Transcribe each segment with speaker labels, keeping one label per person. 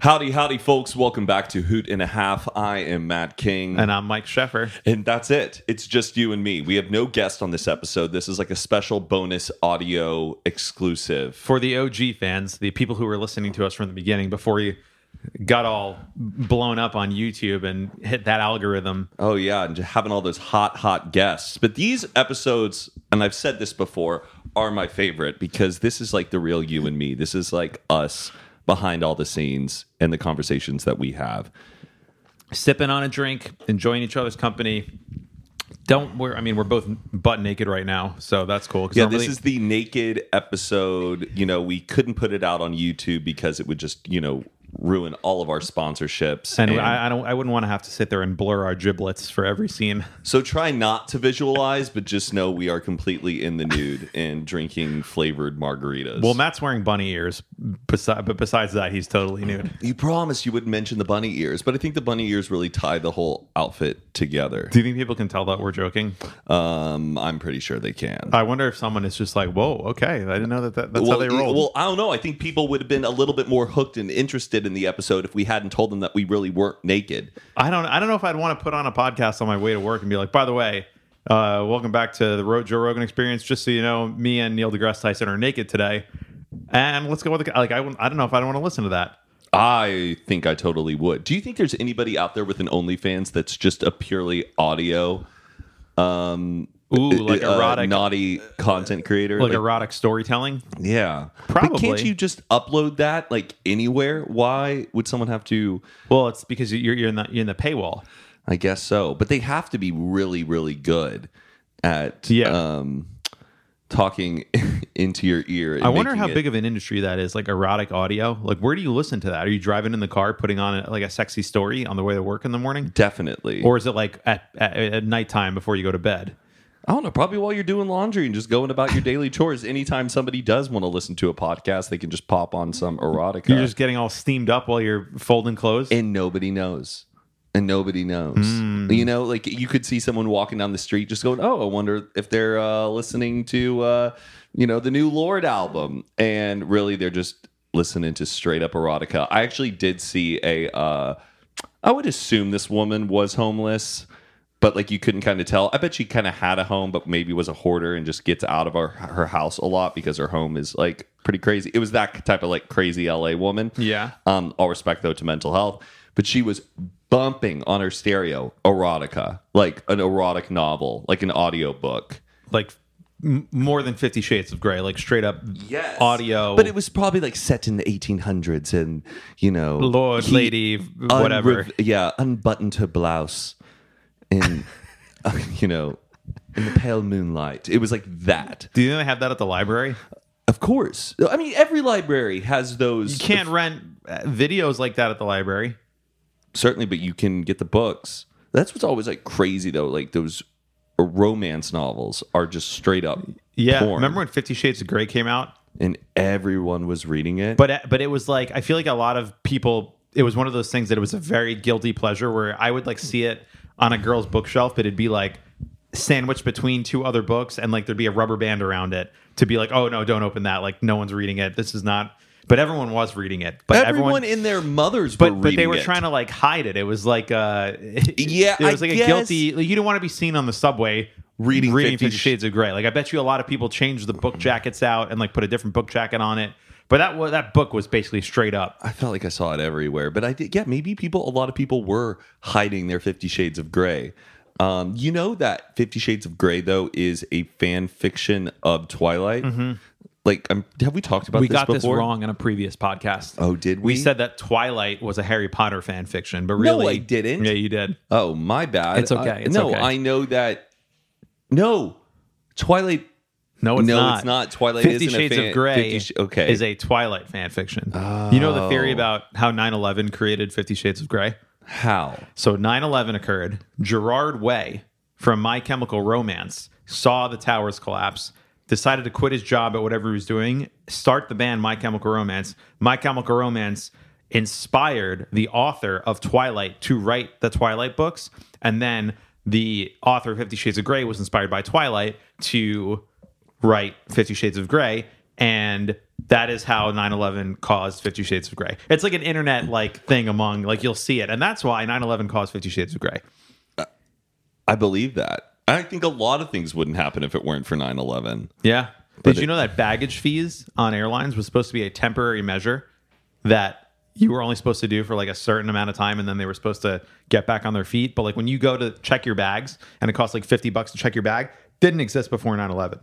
Speaker 1: Howdy, howdy, folks. Welcome back to Hoot and a Half. I am Matt King.
Speaker 2: And I'm Mike Sheffer.
Speaker 1: And that's it. It's just you and me. We have no guest on this episode. This is like a special bonus audio exclusive.
Speaker 2: For the OG fans, the people who were listening to us from the beginning before you got all blown up on YouTube and hit that algorithm,
Speaker 1: Oh, yeah. And having all those hot, hot guests. But these episodes, and I've said this before, are my favorite because this is like the real you and me. This is like us behind all the scenes and the conversations that we have.
Speaker 2: sipping on a drink, enjoying each other's company. Don't we're I mean we're both butt naked right now, so that's cool. 'cause
Speaker 1: Yeah,
Speaker 2: normally-
Speaker 1: this is the naked episode. You know, we couldn't put it out on YouTube because it would just, you know, ruin all of our sponsorships.
Speaker 2: and I, I don't I wouldn't want to have to sit there and blur our giblets for every scene.
Speaker 1: so try not to visualize, but just know we are completely in the nude and drinking flavored margaritas.
Speaker 2: Well, Matt's wearing bunny ears, besi- but besides that, he's totally nude.
Speaker 1: you promised you wouldn't mention the bunny ears, but I think the bunny ears really tie the whole outfit together.
Speaker 2: Do you think people can tell that we're joking?
Speaker 1: Um, I'm pretty sure they can.
Speaker 2: I wonder if someone is just like, "Whoa, okay, I didn't know that, that that's
Speaker 1: well,
Speaker 2: Uh, how they
Speaker 1: y-
Speaker 2: roll."
Speaker 1: well, I don't know. I think people would have been a little bit more hooked and interested in the episode if we hadn't told them that we really weren't naked.
Speaker 2: I don't. I don't know if I'd want to put on a podcast on my way to work and be like, by the way, uh, welcome back to the Ro- Joe Rogan Experience. Just so you know, me and Neil deGrasse Tyson are naked today, and let's go with the like. I, wouldn't- I don't know if I don't want to listen to that.
Speaker 1: I think I totally would. Do you think there's anybody out there with an OnlyFans that's just a purely audio, um,
Speaker 2: Ooh, like
Speaker 1: uh,
Speaker 2: erotic,
Speaker 1: naughty content creator?
Speaker 2: like, erotic storytelling.
Speaker 1: yeah, But can't
Speaker 2: Probably.
Speaker 1: you just upload that like anywhere? Why would someone have to?
Speaker 2: Well, it's because you're you're in the you're in the paywall.
Speaker 1: I guess so, but they have to be really, really good at
Speaker 2: Yeah.
Speaker 1: um, talking into your ear. and
Speaker 2: I wonder
Speaker 1: making
Speaker 2: how
Speaker 1: it-
Speaker 2: big of an industry that is, like erotic audio. Like, where do you listen to that? Are you driving in the car, putting on like a sexy story on the way to work in the morning,
Speaker 1: Definitely.
Speaker 2: or is it like at at, at nighttime before you go to bed?
Speaker 1: I don't know, probably while you're doing laundry and just going about your daily chores. Anytime somebody does want to listen to a podcast, they can just pop on some erotica.
Speaker 2: You're just getting all steamed up while you're folding clothes.
Speaker 1: and nobody knows. And nobody knows. You know, like you could see someone walking down the street just going, Oh, I wonder if they're uh, listening to, uh, you know, the new Lord album. And really, they're just listening to straight up erotica. I actually did see a, uh, I would assume this woman was homeless, but like you couldn't kind of tell. I bet she kind of had a home, but maybe was a hoarder and just gets out of her, her house a lot because her home is like pretty crazy. It was that type of like crazy LA woman.
Speaker 2: Yeah.
Speaker 1: Um, all respect though to mental health, but she was bumping on her stereo erotica, like an erotic novel, like an audio book.
Speaker 2: like m- more than 50 shades of gray like straight up audio
Speaker 1: But it was probably like set in the 1800s and, you know,
Speaker 2: Lord, lady,
Speaker 1: unrev-
Speaker 2: whatever.
Speaker 1: yeah, unbuttoned her blouse in, uh, you know, in the pale moonlight. It was like that.
Speaker 2: do you think they have that at the library
Speaker 1: Of course. I mean, every library has those.
Speaker 2: you can't rent uh, videos like that at the library
Speaker 1: certainly, but you can get the books. That's what's always like crazy though. Like those romance novels are just straight up
Speaker 2: yeah
Speaker 1: porn.
Speaker 2: remember when 50 shades of gray came out
Speaker 1: and everyone was reading it.
Speaker 2: but uh, but it was like i feel like a lot of people it was one of those things that it was a very guilty pleasure where i would like see it on a girl's bookshelf but it'd be like sandwiched between two other books and like there'd be a rubber band around it to be like oh no don't open that like no one's reading it this is not but everyone was reading it but
Speaker 1: everyone,
Speaker 2: everyone
Speaker 1: in their mothers,
Speaker 2: but
Speaker 1: were
Speaker 2: but they
Speaker 1: reading
Speaker 2: were
Speaker 1: it.
Speaker 2: trying to like hide it. It was like uh
Speaker 1: Yeah,
Speaker 2: it was
Speaker 1: I
Speaker 2: like
Speaker 1: guess-
Speaker 2: a guilty. Like, you don't want to be seen on the subway
Speaker 1: Reading
Speaker 2: reading
Speaker 1: 50
Speaker 2: Fifty Shades of Grey. Like I bet you a lot of people changed the book jackets out and like put a different book jacket on it But that wa- that book was basically straight up.
Speaker 1: I felt like I saw it everywhere, but I did. Yeah, maybe people, a lot of people were hiding their Fifty Shades of Grey. Um, you know that Fifty Shades of Grey though is a fan fiction of Twilight. Like, um, have we talked about
Speaker 2: Mm-hmm. we
Speaker 1: this
Speaker 2: got this
Speaker 1: before?
Speaker 2: wrong in a previous podcast.
Speaker 1: Oh, did we?
Speaker 2: We said that Twilight was a Harry Potter fan fiction, but
Speaker 1: No, I
Speaker 2: really,
Speaker 1: didn't.
Speaker 2: Yeah, you did.
Speaker 1: Oh, my bad.
Speaker 2: It's okay,
Speaker 1: I-
Speaker 2: it's
Speaker 1: no,
Speaker 2: okay.
Speaker 1: I know that. No, Twilight.
Speaker 2: No, it's
Speaker 1: no,
Speaker 2: not.
Speaker 1: it's not. Twilight
Speaker 2: Fifty
Speaker 1: isn't a
Speaker 2: Shades
Speaker 1: fan-
Speaker 2: of Grey
Speaker 1: 50 sh- okay. Oh.
Speaker 2: is a Twilight fan fiction. You know the theory about how 9-11 created Fifty Shades of Grey?
Speaker 1: How?
Speaker 2: So 9-11 occurred. Gerard Way from My Chemical Romance saw the towers collapse, decided to quit his job at whatever he was doing, start the band My Chemical Romance. My Chemical Romance inspired the author of Twilight to write the Twilight books. And then the author of Fifty Shades of Grey was inspired by Twilight to write Fifty Shades of Grey. And that is how 9-11 caused 50 shades of gray it's like an internet like thing among like you'll see it and that's why 9-11 caused 50 shades of gray
Speaker 1: I believe that. I think a lot of things wouldn't happen if it weren't for 9 11.
Speaker 2: Yeah. Did you know that baggage fees on airlines was supposed to be a temporary measure that you were only supposed to do for like a certain amount of time and then they were supposed to get back on their feet? But like when you go to check your bags and it costs like 50 bucks to check your bag, didn't exist before 9 11.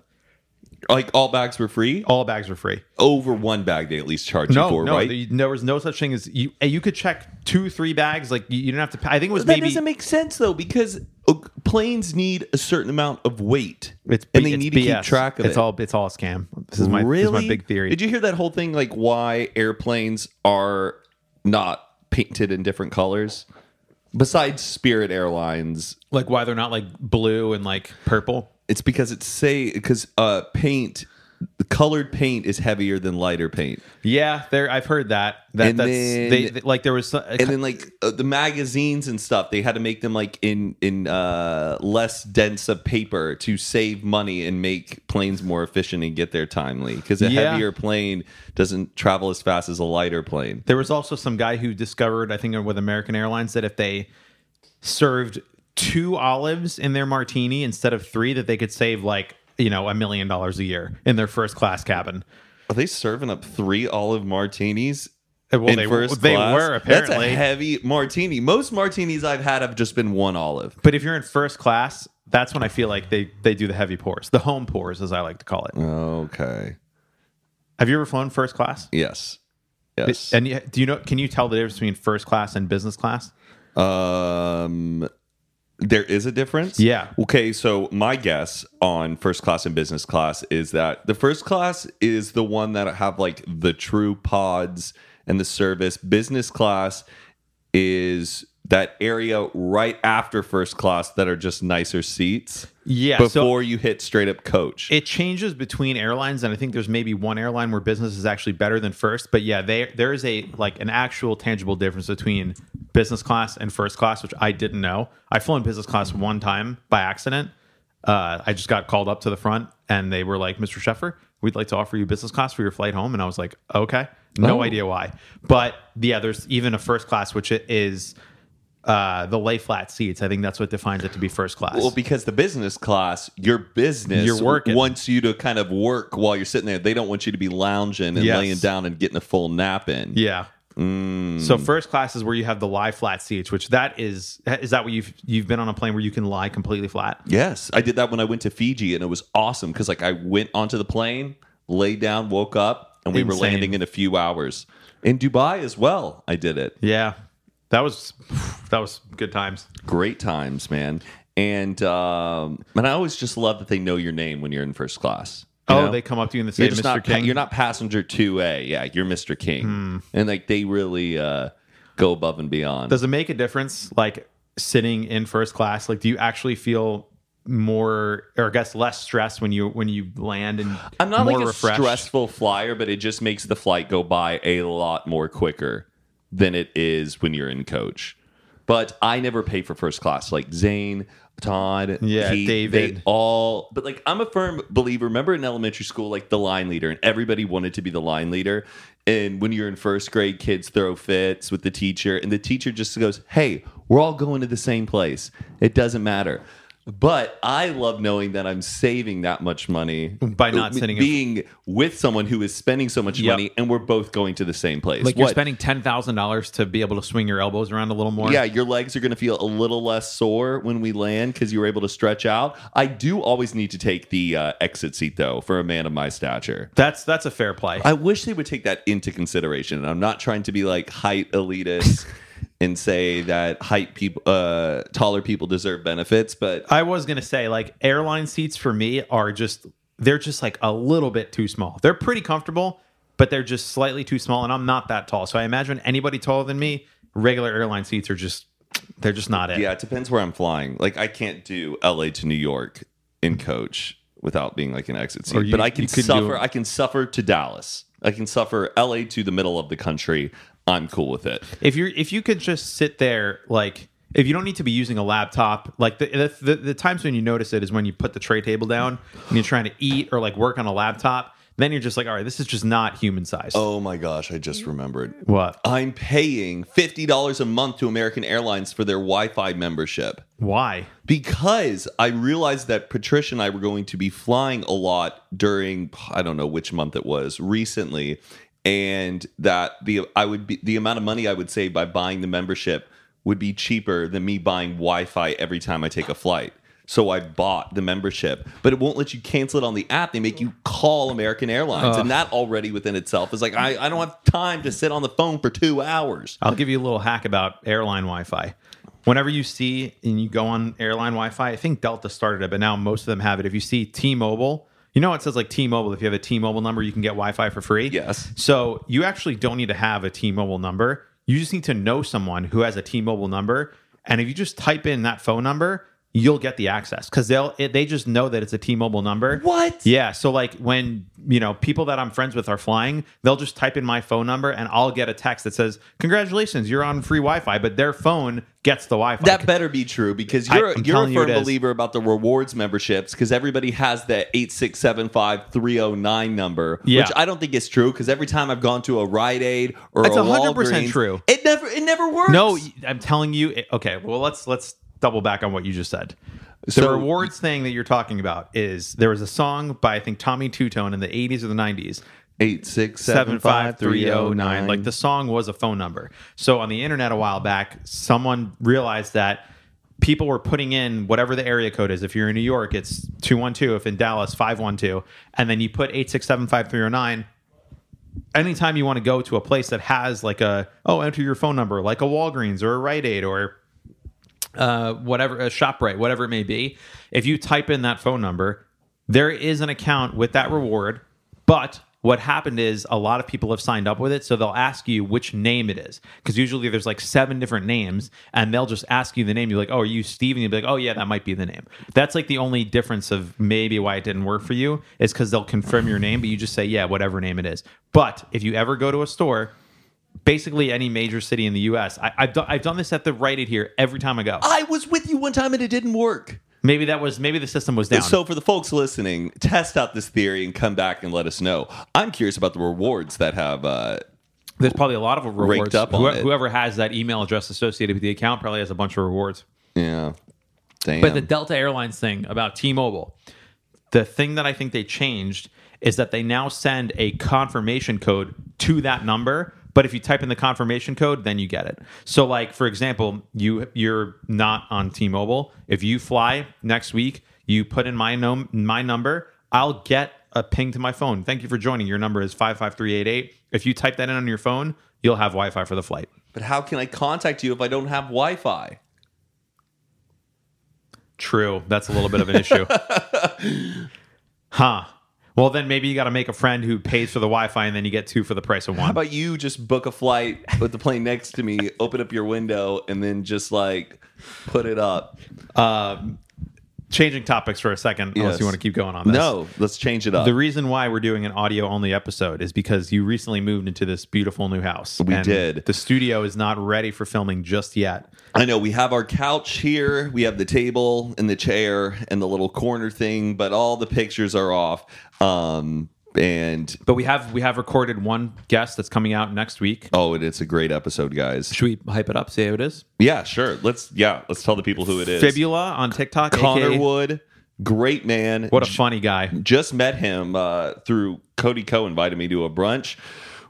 Speaker 1: Like, all bags were free.
Speaker 2: All bags were free.
Speaker 1: Over one bag, they at least charge you
Speaker 2: No,
Speaker 1: for,
Speaker 2: no,
Speaker 1: right?
Speaker 2: there, there was no such thing as you. You could check two, three bags. Like you, you didn't have to. pay- I think it was
Speaker 1: that
Speaker 2: maybe
Speaker 1: doesn't make sense though because uh, planes need a certain amount of weight
Speaker 2: it's
Speaker 1: and
Speaker 2: B-
Speaker 1: they
Speaker 2: it's
Speaker 1: need to
Speaker 2: BS.
Speaker 1: keep track of
Speaker 2: it's
Speaker 1: it
Speaker 2: all it's all a scam. This is my
Speaker 1: really
Speaker 2: this is my big theory.
Speaker 1: did you hear that whole thing like why airplanes are not painted in different colors besides spirit airlines
Speaker 2: like why they're not like blue and like purple?
Speaker 1: it's because it's say because uh paint the colored paint is heavier than lighter paint
Speaker 2: Yeah, there. I've heard that. That
Speaker 1: And
Speaker 2: that's
Speaker 1: then-
Speaker 2: they, they- like there was so-
Speaker 1: and then like uh, the magazines and stuff they had to make them like in in uh less dense of paper to save money and make planes more efficient and get there timely because a
Speaker 2: Yeah.
Speaker 1: heavier plane doesn't travel as fast as a lighter plane
Speaker 2: there was also some guy who discovered I think with American Airlines that if they served two olives in their martini instead of three, that they could save like you know a million dollars a year in their first class cabin.
Speaker 1: are they serving up three olive martinis
Speaker 2: Uh, Well,
Speaker 1: in
Speaker 2: they
Speaker 1: first
Speaker 2: they
Speaker 1: class?
Speaker 2: were
Speaker 1: that's a
Speaker 2: apparently,
Speaker 1: heavy martini most martinis i've had have just been one olive
Speaker 2: but if you're in first class, that's when I feel like they they do the heavy pours, the home pours as I like to call
Speaker 1: Mm.
Speaker 2: it.
Speaker 1: okay
Speaker 2: Have you ever flown first class?
Speaker 1: yes yes
Speaker 2: And you- do you know? Can you tell the difference between first class and business class?
Speaker 1: Um, there is a difference.
Speaker 2: Yeah.
Speaker 1: Okay. So my guess on first class and business class is that the first class is the one that have like the true pods and the service. Business class is that area right after first class that are just nicer seats
Speaker 2: Yeah. so-
Speaker 1: before you hit straight up coach.
Speaker 2: It changes between airlines, and I think there's maybe one airline where business is actually better than first. But yeah, they, there is a like an actual tangible difference between business class and first class, which I didn't know. I flew in business class one time by accident. Uh, I just got called up to the front, and they were like, "Mr. Sheffer, we'd like to offer you business class for your flight home." And I was like, "Okay, no
Speaker 1: Oh.
Speaker 2: idea why." But yeah, there's even a first class, which it is uh, the lay flat seats. I think that's what defines it to be first class.
Speaker 1: well, because the business class, your business
Speaker 2: You're working.
Speaker 1: wants you to kind of work while you're sitting there. They don't want you to be lounging and
Speaker 2: Yes.
Speaker 1: laying down and getting a full nap in.
Speaker 2: Yeah.
Speaker 1: Mm.
Speaker 2: So first class is where you have the lie flat seats, which that is is that what you've you've been on a plane where you can lie completely flat?
Speaker 1: Yes, I did that when I went to Fiji, and it was awesome because like I went onto the plane, laid down, woke up, and we were
Speaker 2: Insane.
Speaker 1: landing in a few hours. In Dubai as well, I did it.
Speaker 2: Yeah. That was that was good times.
Speaker 1: Great times, man. And um, and I always just love that they know your name when you're in first class. you
Speaker 2: Oh,
Speaker 1: know?
Speaker 2: they come up to you and they say,
Speaker 1: you're just
Speaker 2: "Mr.
Speaker 1: not pa-
Speaker 2: King." Hmm.
Speaker 1: you're not passenger two A. Yeah, you're Mr. King, and like they really uh, go above and beyond.
Speaker 2: Does it make a difference, like sitting in first class? Like, do you actually feel more, or I guess less stress when you when you land and
Speaker 1: I'm not
Speaker 2: more
Speaker 1: like a
Speaker 2: refreshed?
Speaker 1: stressful flyer, but it just makes the flight go by a lot more quicker than it is when you're in coach. But I never pay for first class. Like Zane, Todd,
Speaker 2: Yeah,
Speaker 1: Keith,
Speaker 2: David.
Speaker 1: they all. But like, I'm a firm believer. Remember in elementary school, like the line leader, and everybody wanted to be the line leader. And when you're in first grade, kids throw fits with the teacher, and the teacher just goes, "Hey, we're all going to the same place. It doesn't matter." But I love knowing that I'm saving that much money
Speaker 2: By not
Speaker 1: Uh,
Speaker 2: sending it-
Speaker 1: being with someone who is spending so much
Speaker 2: Yep.
Speaker 1: money, and we're both going to the same place.
Speaker 2: Like you're
Speaker 1: What-
Speaker 2: spending ten thousand dollars to be able to swing your elbows around a little more.
Speaker 1: Yeah, your legs are going to feel a little less sore when we land because you were able to stretch out. I do always need to take the uh, exit seat though for a man of my stature.
Speaker 2: that's that's a fair play.
Speaker 1: I wish they would take that into consideration. And I'm not trying to be like height elitist and say that height people, uh, taller people deserve benefits, but
Speaker 2: I was gonna say like airline seats for me are just they're just like a little bit too small. They're pretty comfortable, but they're just slightly too small, and I'm not that tall. So I imagine anybody taller than me, regular airline seats are just they're just not it.
Speaker 1: yeah, it depends where I'm flying. Like I can't do LA to New York in coach without being like an exit seat,
Speaker 2: you-
Speaker 1: but I can
Speaker 2: you could do-
Speaker 1: suffer. I can suffer to Dallas. I can suffer LA to the middle of the country. I'm cool with it.
Speaker 2: If you're if you could just sit there like if you don't need to be using a laptop, like the the, the, the times when you notice it is when you put the tray table down and you're trying to eat or like work on a laptop, then you're just like, all right, this is just not human size.
Speaker 1: Oh my gosh, I just remembered.
Speaker 2: What?
Speaker 1: I'm paying $50 a month to American Airlines for their Wi Fi membership
Speaker 2: Why?
Speaker 1: because I realized that Patricia and I were going to be flying a lot during, I don't know which month it was recently, and that the I would be the amount of money I would save by buying the membership would be cheaper than me buying Wi Fi every time I take a flight. So I bought the membership, but it won't let you cancel it on the app. They make you call American Airlines, and that already within itself is like I, I don't have time to sit on the phone for two hours.
Speaker 2: I'll give you a little hack about airline Wi-Fi. Whenever you see and you go on airline Wi-Fi, I think Delta started it, but now most of them have it. If you see T-Mobile, you know it says like T-Mobile. If you have a T-Mobile number, you can get Wi-Fi for free.
Speaker 1: Yes.
Speaker 2: So you actually don't need to have a T-Mobile number. You just need to know someone who has a T-Mobile number, and if you just type in that phone number, you'll get the access because they'll it, they just know that it's a T-Mobile number.
Speaker 1: What?
Speaker 2: Yeah. So like when you know people that I'm friends with are flying, they'll just type in my phone number and I'll get a text that says, "Congratulations, you're on free Wi-Fi," but their phone gets the Wi-Fi.
Speaker 1: That better be true because you're
Speaker 2: I- I'm
Speaker 1: you're a
Speaker 2: telling
Speaker 1: firm
Speaker 2: you it is.
Speaker 1: believer about the rewards memberships because everybody has that eight six seven five three oh nine number,
Speaker 2: Yeah.
Speaker 1: which I don't think is true because every time I've gone to a Rite Aid or
Speaker 2: That's
Speaker 1: a
Speaker 2: 100%
Speaker 1: Walgreens,
Speaker 2: true.
Speaker 1: It never it never works.
Speaker 2: no, I'm telling you. it- Okay. Well, let's let's double back on what you just said. The
Speaker 1: So-
Speaker 2: rewards thing that you're talking about is there was a song by I think Tommy Two Tone in the 80s or the 90s
Speaker 1: eight six
Speaker 2: seven five three oh nine. Like the song was a phone number. So on the internet a while back, someone realized that people were putting in whatever the area code is. If you're in New York, it's two one two. If in Dallas, five one two. And then you put eight six seven five three oh nine. Anytime you want to go to a place that has like a oh enter your phone number, like a Walgreens or a Rite Aid or uh, whatever a Shoprite, whatever it may be. If you type in that phone number, there is an account with that reward. But what happened is a lot of people have signed up with it, so they'll ask you which name it is because usually there's like seven different names, and they'll just ask you the name. You're like, "Oh, are you Steve?" And you'll be like, "Oh, yeah, that might be the name." That's like the only difference of maybe why it didn't work for you is because they'll confirm your name, but you just say, "Yeah, whatever name it is." But if you ever go to a store. Basically, any major city in the U.S. I, I've, done, I've done this at the Rite Aid here every time I go.
Speaker 1: I was with you one time and it didn't work.
Speaker 2: Maybe that was maybe the system was down.
Speaker 1: So for the folks listening, test out this theory and come back and let us know. I'm curious about the rewards that have. Uh,
Speaker 2: there's probably a lot of rewards.
Speaker 1: Raked up on
Speaker 2: Whoe-
Speaker 1: it.
Speaker 2: Whoever has that email address associated with the account probably has a bunch of rewards.
Speaker 1: yeah, damn.
Speaker 2: But the Delta Airlines thing about T-Mobile, the thing that I think they changed is that they now send a confirmation code to that number. But if you type in the confirmation code, then you get it. So, like for example, you you're not on T-Mobile. If you fly next week, you put in my num- my number. I'll get a ping to my phone. Thank you for joining. Your number is five five three eight eight. If you type that in on your phone, you'll have Wi-Fi for the flight.
Speaker 1: but how can I contact you if I don't have Wi-Fi?
Speaker 2: True. That's a little bit of an issue. huh. Well, then maybe you got to make a friend who pays for the Wi Fi and then you get two for the price of
Speaker 1: How
Speaker 2: one.
Speaker 1: about you just book a flight with the plane next to me, open up your window, and then just like put it up?
Speaker 2: Changing topics for a second, unless
Speaker 1: Yes.
Speaker 2: you want to keep going on this.
Speaker 1: No, let's change it up.
Speaker 2: The reason why we're doing an audio only episode is because you recently moved into this beautiful new house. We
Speaker 1: did.
Speaker 2: The studio is not ready for filming just yet.
Speaker 1: I know we have our couch here, we have the table and the chair and the little corner thing, but all the pictures are off. Um, And
Speaker 2: But we have we have recorded one guest that's coming out next week.
Speaker 1: oh, and it's a great episode, guys.
Speaker 2: Should we hype it up? See how it is.
Speaker 1: Yeah, sure. Let's yeah, let's tell the people who it is.
Speaker 2: Fibula on TikTok.
Speaker 1: Connor
Speaker 2: aka
Speaker 1: Wood, great man.
Speaker 2: What a funny guy.
Speaker 1: just met him uh, through Cody Co invited me to a brunch.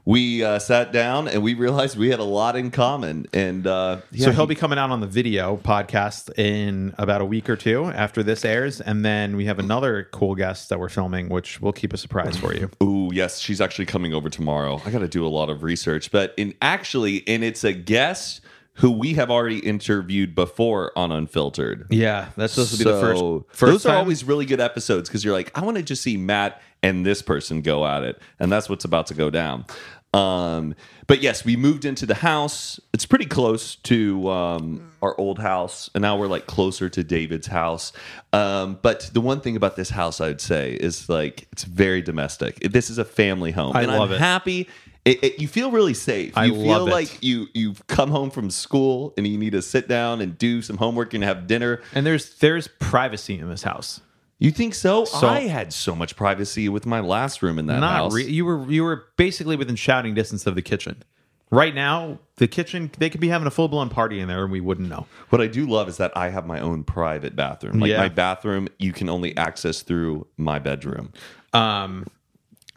Speaker 1: We uh, sat down and we realized we had a lot in common. And uh,
Speaker 2: so
Speaker 1: yeah,
Speaker 2: he'll be coming out on the video podcast in about a week or two after this airs, and then we have another cool guest that we're filming, which will keep a surprise for you.
Speaker 1: Ooh, yes, she's actually coming over tomorrow. I got to do a lot of research, but in actually, and it's a guest who we have already interviewed before on Unfiltered.
Speaker 2: Yeah, that's supposed to be the first.
Speaker 1: So,
Speaker 2: first
Speaker 1: those are
Speaker 2: time.
Speaker 1: always really good episodes because you're like, I want to just see Matt and this person go at it, and that's what's about to go down. Um, but yes, we moved into the house. It's pretty close to um, our old house, and now we're like closer to David's house. Um, but the one thing about this house, I'd say, is like it's very domestic. This is a family home,
Speaker 2: I
Speaker 1: and
Speaker 2: love
Speaker 1: I'm
Speaker 2: it.
Speaker 1: happy. It, it- you feel really safe.
Speaker 2: I
Speaker 1: you feel
Speaker 2: love it.
Speaker 1: like you you've come home from school and you need to sit down and do some homework and have dinner
Speaker 2: and there's there's privacy in this house.
Speaker 1: you think so?
Speaker 2: So-
Speaker 1: I had so much privacy with my last room in that
Speaker 2: Not
Speaker 1: house.
Speaker 2: re- you were you were basically within shouting distance of the kitchen. Right now, the kitchen they could be having a full blown party in there, and we wouldn't know.
Speaker 1: what I do love is that I have my own private bathroom. Like
Speaker 2: Yeah.
Speaker 1: my bathroom, you can only access through my bedroom.
Speaker 2: Um,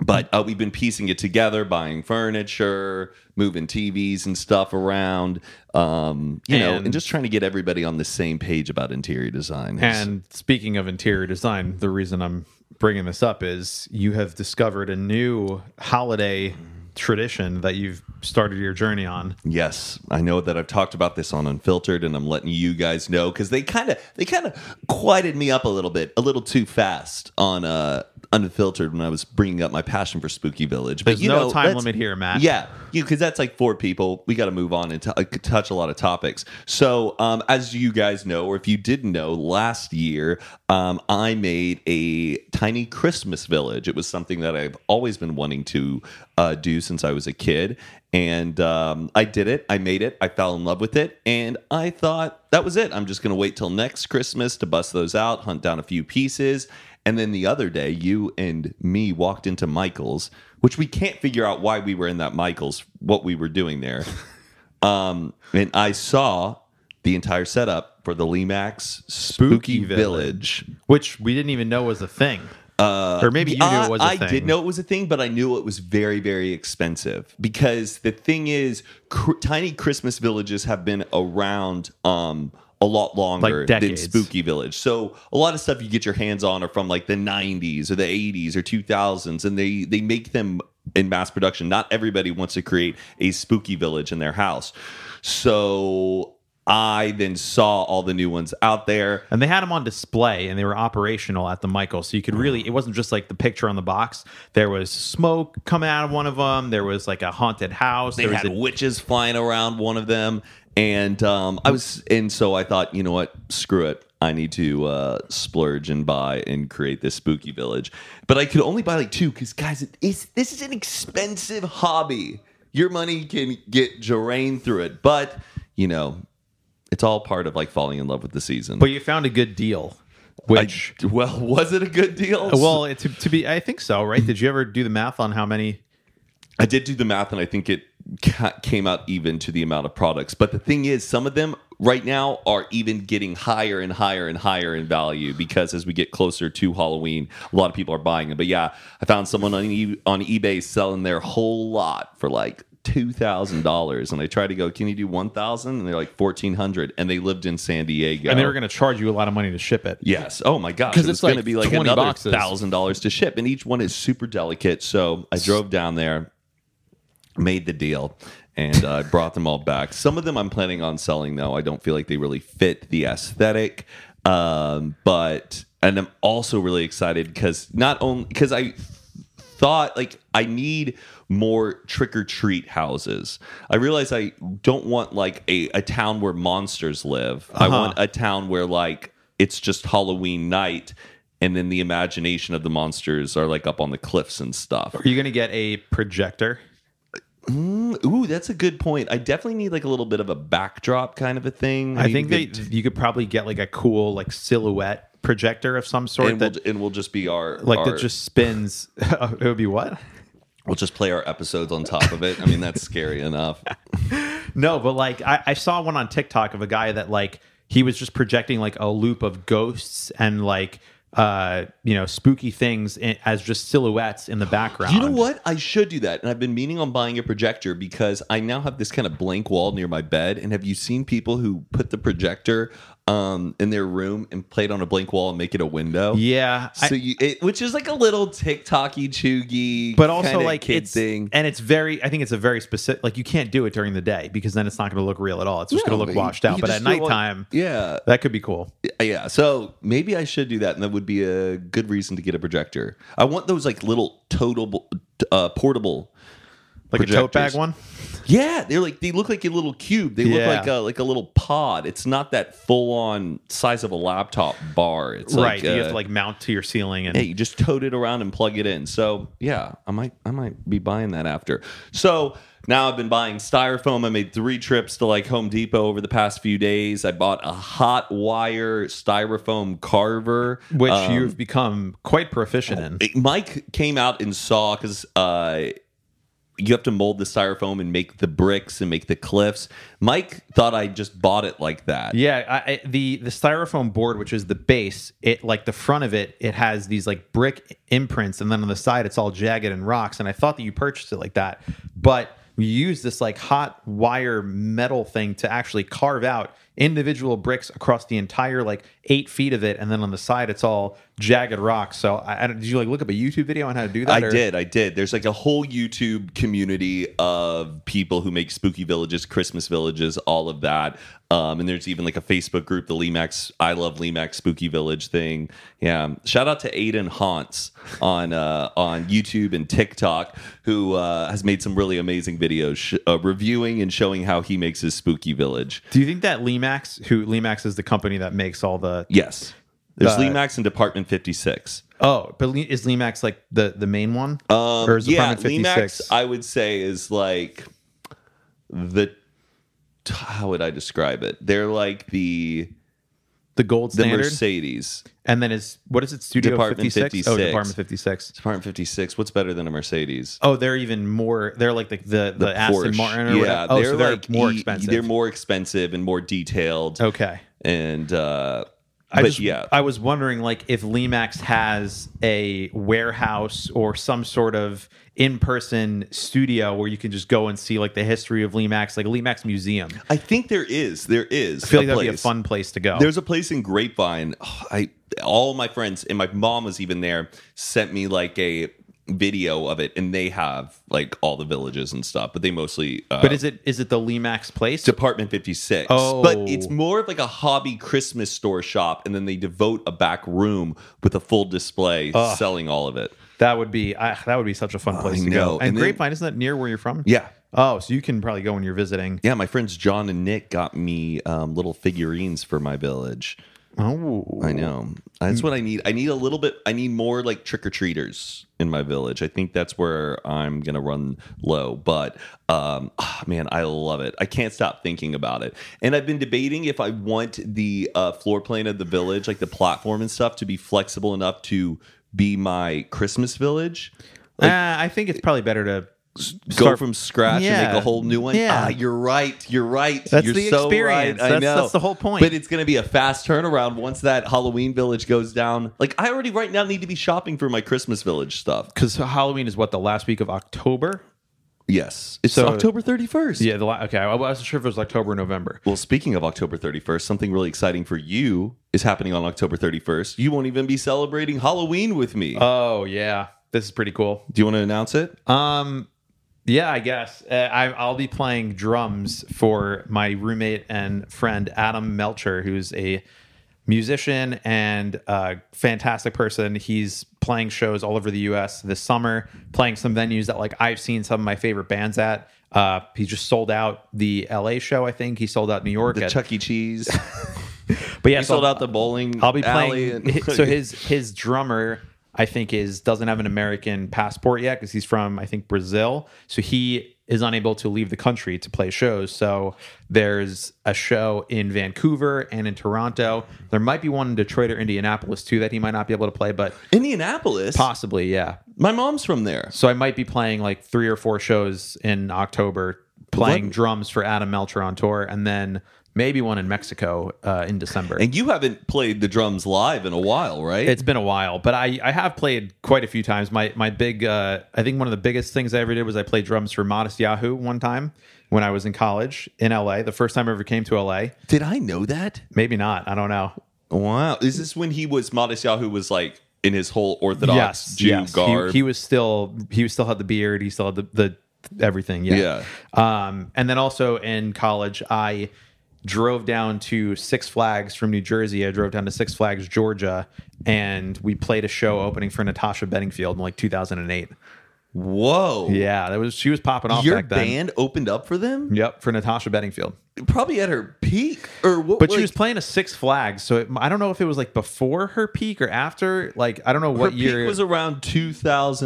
Speaker 1: But uh, we've been piecing it together, buying furniture, moving TVs and stuff around, um, you know,
Speaker 2: And-
Speaker 1: and just trying to get everybody on the same page about interior design.
Speaker 2: And speaking of interior design, the reason I'm bringing this up is you have discovered a new holiday tradition that you've started your journey on.
Speaker 1: Yes, I know that I've talked about this on Unfiltered, and I'm letting you guys know because they kind of they kind of quieted me up a little bit, a little too fast on uh, Unfiltered when I was bringing up my passion for Spooky Village. But
Speaker 2: There's
Speaker 1: you
Speaker 2: no
Speaker 1: know,
Speaker 2: time
Speaker 1: let's-
Speaker 2: limit here, Matt.
Speaker 1: Yeah, you because that's like four people. We got to move on and t- uh, touch a lot of topics. So, um, as you guys know, or if you didn't know, last year um, I made a tiny Christmas village. It was something that I've always been wanting to uh, do since I was a kid, and um, I did it. I made it. I fell in love with it, and I thought that was it. I'm just gonna wait till next Christmas to bust those out, hunt down a few pieces. And then the other day, you and me walked into Michael's, which we can't figure out why we were in that Michael's, what we were doing there. Um, and I saw the entire setup for the Lemax Spooky,
Speaker 2: Spooky
Speaker 1: Village.
Speaker 2: Which we didn't even know was a thing. Uh, or maybe you knew
Speaker 1: I-
Speaker 2: it was a
Speaker 1: I
Speaker 2: thing.
Speaker 1: did know it was a thing, but I knew it was very, very expensive because the thing is, cr- tiny Christmas villages have been around um, a lot longer than
Speaker 2: decades.
Speaker 1: Spooky Village. So a lot of stuff you get your hands on are from like the 90s or the 80s or 2000s, and they they make them in mass production. Not everybody wants to create a Spooky Village in their house, so. I then saw all the new ones out there.
Speaker 2: And they had them on display and they were operational at the Michael. So you could really, it wasn't just like the picture on the box. There was smoke coming out of one of them. There was like a haunted house.
Speaker 1: They
Speaker 2: there was
Speaker 1: had
Speaker 2: a
Speaker 1: witches flying around one of them, and um, I was, and so I thought, you know what, screw it. I need to uh, splurge and buy and create this spooky village, but I could only buy like two because guys, it is, this is an expensive hobby. Your money can get drained through it, but you know, it's all part of like falling in love with the season.
Speaker 2: But you found a good deal, which.
Speaker 1: well, was it a good deal?
Speaker 2: well, to, to be, I think so, right? Did you ever do the math on how many
Speaker 1: I did do the math, and I think it ca- came out even to the amount of products. But the thing is, some of them right now are even getting higher and higher and higher in value because as we get closer to Halloween, a lot of people are buying them. But yeah, I found someone on e- on eBay selling their whole lot for like. Two thousand dollars, and I tried to go. Can you do one thousand? And they're like fourteen hundred, and they lived in San Diego.
Speaker 2: and they were going to charge you a lot of money to ship it.
Speaker 1: Yes. Oh my gosh.
Speaker 3: 'Cause
Speaker 1: It was
Speaker 3: it's like
Speaker 1: going to be like
Speaker 3: 20
Speaker 1: another
Speaker 3: boxes.
Speaker 1: thousand dollars to ship, and each one is super delicate. So I drove down there, made the deal, and I brought them all back. Some of them I'm planning on selling though. I don't feel like they really fit the aesthetic, um, but and I'm also really excited because not only because I thought like I need more trick or treat houses. I realize I don't want like a, a town where monsters live. I
Speaker 2: Uh-huh.
Speaker 1: want a town where like it's just Halloween night and then the imagination of the monsters are like up on the cliffs and stuff.
Speaker 2: Are you going to get a projector?
Speaker 1: Ooh, that's a good point. I definitely need like a little bit of a backdrop kind of a thing.
Speaker 2: I
Speaker 1: need
Speaker 2: think
Speaker 1: to
Speaker 2: they,
Speaker 1: get-
Speaker 2: you could probably get like a cool like silhouette projector of some sort
Speaker 1: and,
Speaker 2: that
Speaker 1: we'll, and we'll just be our
Speaker 2: like
Speaker 1: our,
Speaker 2: that just spins. it would be what?
Speaker 1: we'll just play our episodes on top of it. I mean, that's scary enough.
Speaker 2: No, but like I, I saw one on TikTok of a guy that like he was just projecting like a loop of ghosts and like uh you know spooky things in, as just silhouettes in the background.
Speaker 1: You know what? I should do that. And I've been meaning on buying a projector because I now have this kind of blank wall near my bed. And have you seen people who put the projector um, in their room and play it on a blank wall and make it a window?
Speaker 2: Yeah, I-
Speaker 1: So you, it, which is like a little TikToky, choogy,
Speaker 2: but also
Speaker 1: kinda
Speaker 2: like
Speaker 1: kid
Speaker 2: it's e
Speaker 1: thing.
Speaker 2: and it's very. I think it's a very specific. Like you can't do it during the day because then it's not going to look real at all. It's just
Speaker 1: No,
Speaker 2: going to look
Speaker 1: you-
Speaker 2: washed
Speaker 1: you
Speaker 2: out. But
Speaker 1: just
Speaker 2: at
Speaker 1: feel like-
Speaker 2: nighttime,
Speaker 1: yeah,
Speaker 2: that could be cool.
Speaker 1: yeah. So maybe I should do that, and that would be a good reason to get a projector. I want those like little total uh, portable.
Speaker 2: Like a tote bag
Speaker 1: Projectors.
Speaker 2: one.
Speaker 1: Yeah, they're like they look like a little cube. They
Speaker 2: Yeah.
Speaker 1: look like a like a little pod. It's not that full on size of a laptop bar. It's
Speaker 2: right.
Speaker 1: Like,
Speaker 2: you
Speaker 1: uh,
Speaker 2: have to like mount to your ceiling and
Speaker 1: yeah, you just tote it around and plug it in. So yeah, I might I might be buying that after. So now I've been buying styrofoam. I made three trips to like Home Depot over the past few days. I bought a hot wire styrofoam carver,
Speaker 2: which
Speaker 1: Um,
Speaker 2: you've become quite proficient in.
Speaker 1: Mike came out and saw because uh, you have to mold the styrofoam and make the bricks and make the cliffs. Mike thought I just bought it like that.
Speaker 2: Yeah, I, I, the the styrofoam board, which is the base, it like the front of it, it has these like brick imprints, and then on the side, it's all jagged and rocks. And I thought that you purchased it like that, but you use this like hot wire metal thing to actually carve out individual bricks across the entire like eight feet of it, and then on the side, it's all jagged rocks. So I, I don't, did you like look up a YouTube video on how to do that?
Speaker 1: I
Speaker 2: or-
Speaker 1: did. I did. There's like a whole YouTube community of people who make spooky villages, Christmas villages, all of that. Um, and there's even like a Facebook group, the Lemax, I love Lemax spooky village thing. Yeah. Shout out to Aiden Haunts on uh, on YouTube and TikTok, who uh, has made some really amazing videos sh- uh, reviewing and showing how he makes his spooky village.
Speaker 2: Do you think that E Lemax, who Lemax is the company that makes all the
Speaker 1: Yes. There's
Speaker 2: Uh,
Speaker 1: Lemax and Department 56.
Speaker 2: Oh, but Le- is Lemax like the the main one,
Speaker 1: Um,
Speaker 2: or is it
Speaker 1: yeah,
Speaker 2: Permanent Fifty Six?
Speaker 1: Lemax, I would say is like the how would I describe it? They're like the
Speaker 2: The gold
Speaker 1: the
Speaker 2: standard,
Speaker 1: Mercedes
Speaker 2: and then is what is it? Studio
Speaker 1: Department
Speaker 2: 56? Oh,
Speaker 1: 56.
Speaker 2: Department Fifty Six.
Speaker 1: Department Fifty Six. What's better than a Mercedes?
Speaker 2: Oh, they're even more. They're like the the, the, Aston
Speaker 1: Porsche.
Speaker 2: Martin. Or
Speaker 1: yeah,
Speaker 2: whatever. Oh,
Speaker 1: they're,
Speaker 2: so they're
Speaker 1: like
Speaker 2: more
Speaker 1: e-
Speaker 2: expensive.
Speaker 1: They're more expensive and more detailed.
Speaker 2: okay.
Speaker 1: And uh,
Speaker 2: I
Speaker 1: but
Speaker 2: just,
Speaker 1: yeah,
Speaker 2: I was wondering like if Lemax has a warehouse or some sort of in-person studio where you can just go and see like the history of Lemax, like a Lemax museum.
Speaker 1: I think there is. There is.
Speaker 2: I feel like that'd be a
Speaker 1: place.
Speaker 2: fun place to go.
Speaker 1: There's a place in Grapevine. oh, I all my friends and my mom was even there. Sent me like a video of it, and they have like all the villages and stuff, but they mostly. Uh,
Speaker 2: but is it is it the Lemax place?
Speaker 1: Department 56.
Speaker 2: Oh.
Speaker 1: But it's more of like a hobby Christmas store shop, and then they devote a back room with a full display selling all of it.
Speaker 2: That would be I that would be such a fun place to go.
Speaker 1: know.
Speaker 2: And,
Speaker 1: And then-
Speaker 2: Grapevine isn't that near where you're from?
Speaker 1: Yeah.
Speaker 2: Oh, so you can probably go when you're visiting.
Speaker 1: Yeah, my friends John and Nick got me um, little figurines for my village.
Speaker 2: Oh,
Speaker 1: I know. That's what I need. I need a little bit. I need more like trick or treaters in my village. I think that's where I'm gonna run low. But um, ah, man, I love it. I can't stop thinking about it. And I've been debating if I want the uh, floor plan of the village, like the platform and stuff, to be flexible enough to be my Christmas village. Like,
Speaker 2: Ah, I think it's probably better to.
Speaker 1: go
Speaker 2: start-
Speaker 1: from scratch and
Speaker 2: Yeah.
Speaker 1: make a whole new one.
Speaker 2: Yeah.
Speaker 1: Ah, you're right. You're right.
Speaker 2: That's
Speaker 1: you're
Speaker 2: the
Speaker 1: so
Speaker 2: experience.
Speaker 1: Right. I
Speaker 2: That's-
Speaker 1: know.
Speaker 2: that's the whole point.
Speaker 1: But it's going to be a fast turnaround once that Halloween village goes down. Like I already right now need to be shopping for my Christmas village stuff.
Speaker 2: Because Halloween is what the last week of October.
Speaker 1: Yes, it's
Speaker 2: So-
Speaker 1: October 31st.
Speaker 2: Yeah, the la- okay. I wasn't sure if it was October or November.
Speaker 1: Well, speaking of October 31st, something really exciting for you is happening on October 31st. You won't even be celebrating Halloween with me.
Speaker 2: Oh yeah, this is pretty cool.
Speaker 1: Do you want to announce it?
Speaker 2: Um, yeah, I guess uh, I, I'll be playing drums for my roommate and friend Adam Melcher, who's a musician and a fantastic person. He's playing shows all over the U.S. this summer, playing some venues that like I've seen some of my favorite bands at. Uh, he just sold out the L.A. show, I think. He sold out New York. at-
Speaker 1: Chuck E. Cheese.
Speaker 2: but yeah,
Speaker 1: You
Speaker 2: so-
Speaker 1: sold out the bowling.
Speaker 2: I'll be
Speaker 1: alley
Speaker 2: playing.
Speaker 1: and-
Speaker 2: so his his drummer, I think, is doesn't have an American passport yet because he's from I think Brazil. So he is unable to leave the country to play shows. So there's a show in Vancouver and in Toronto. There might be one in Detroit or Indianapolis too that he might not be able to play, but
Speaker 1: Indianapolis.
Speaker 2: possibly, yeah.
Speaker 1: My mom's from there.
Speaker 2: So I might be playing like three or four shows in October, playing drums for Adam Melcher on tour, and then maybe one in Mexico uh, in December.
Speaker 1: And you haven't played the drums live in a while, right?
Speaker 2: It's been a while, but I, I have played quite a few times. My my big uh, I think one of the biggest things I ever did was I played drums for Modest Yahoo one time when I was in college in LA. The first time I ever came to LA.
Speaker 1: Did I know that?
Speaker 2: Maybe not. I don't know.
Speaker 1: Wow. Is this when he was Modest Yahoo was like in his whole Orthodox Jew garb?
Speaker 2: He, he was still he was still had the beard. He still had the, the everything. Yeah. Um, and then also in college, I drove down to Six Flags from New Jersey. I drove down to Six Flags, Georgia, and we played a show opening for Natasha Bedingfield in like 2008.
Speaker 1: Whoa.
Speaker 2: Yeah, that was she was popping off
Speaker 1: Your
Speaker 2: back then.
Speaker 1: band opened up for them?
Speaker 2: Yep, for Natasha Bedingfield.
Speaker 1: Probably at her peak or what?
Speaker 2: But
Speaker 1: like,
Speaker 2: she was playing a Six Flags, so it, I don't know if it was like before her peak or after. Like I don't know
Speaker 1: her
Speaker 2: what
Speaker 1: peak
Speaker 2: year.
Speaker 1: was around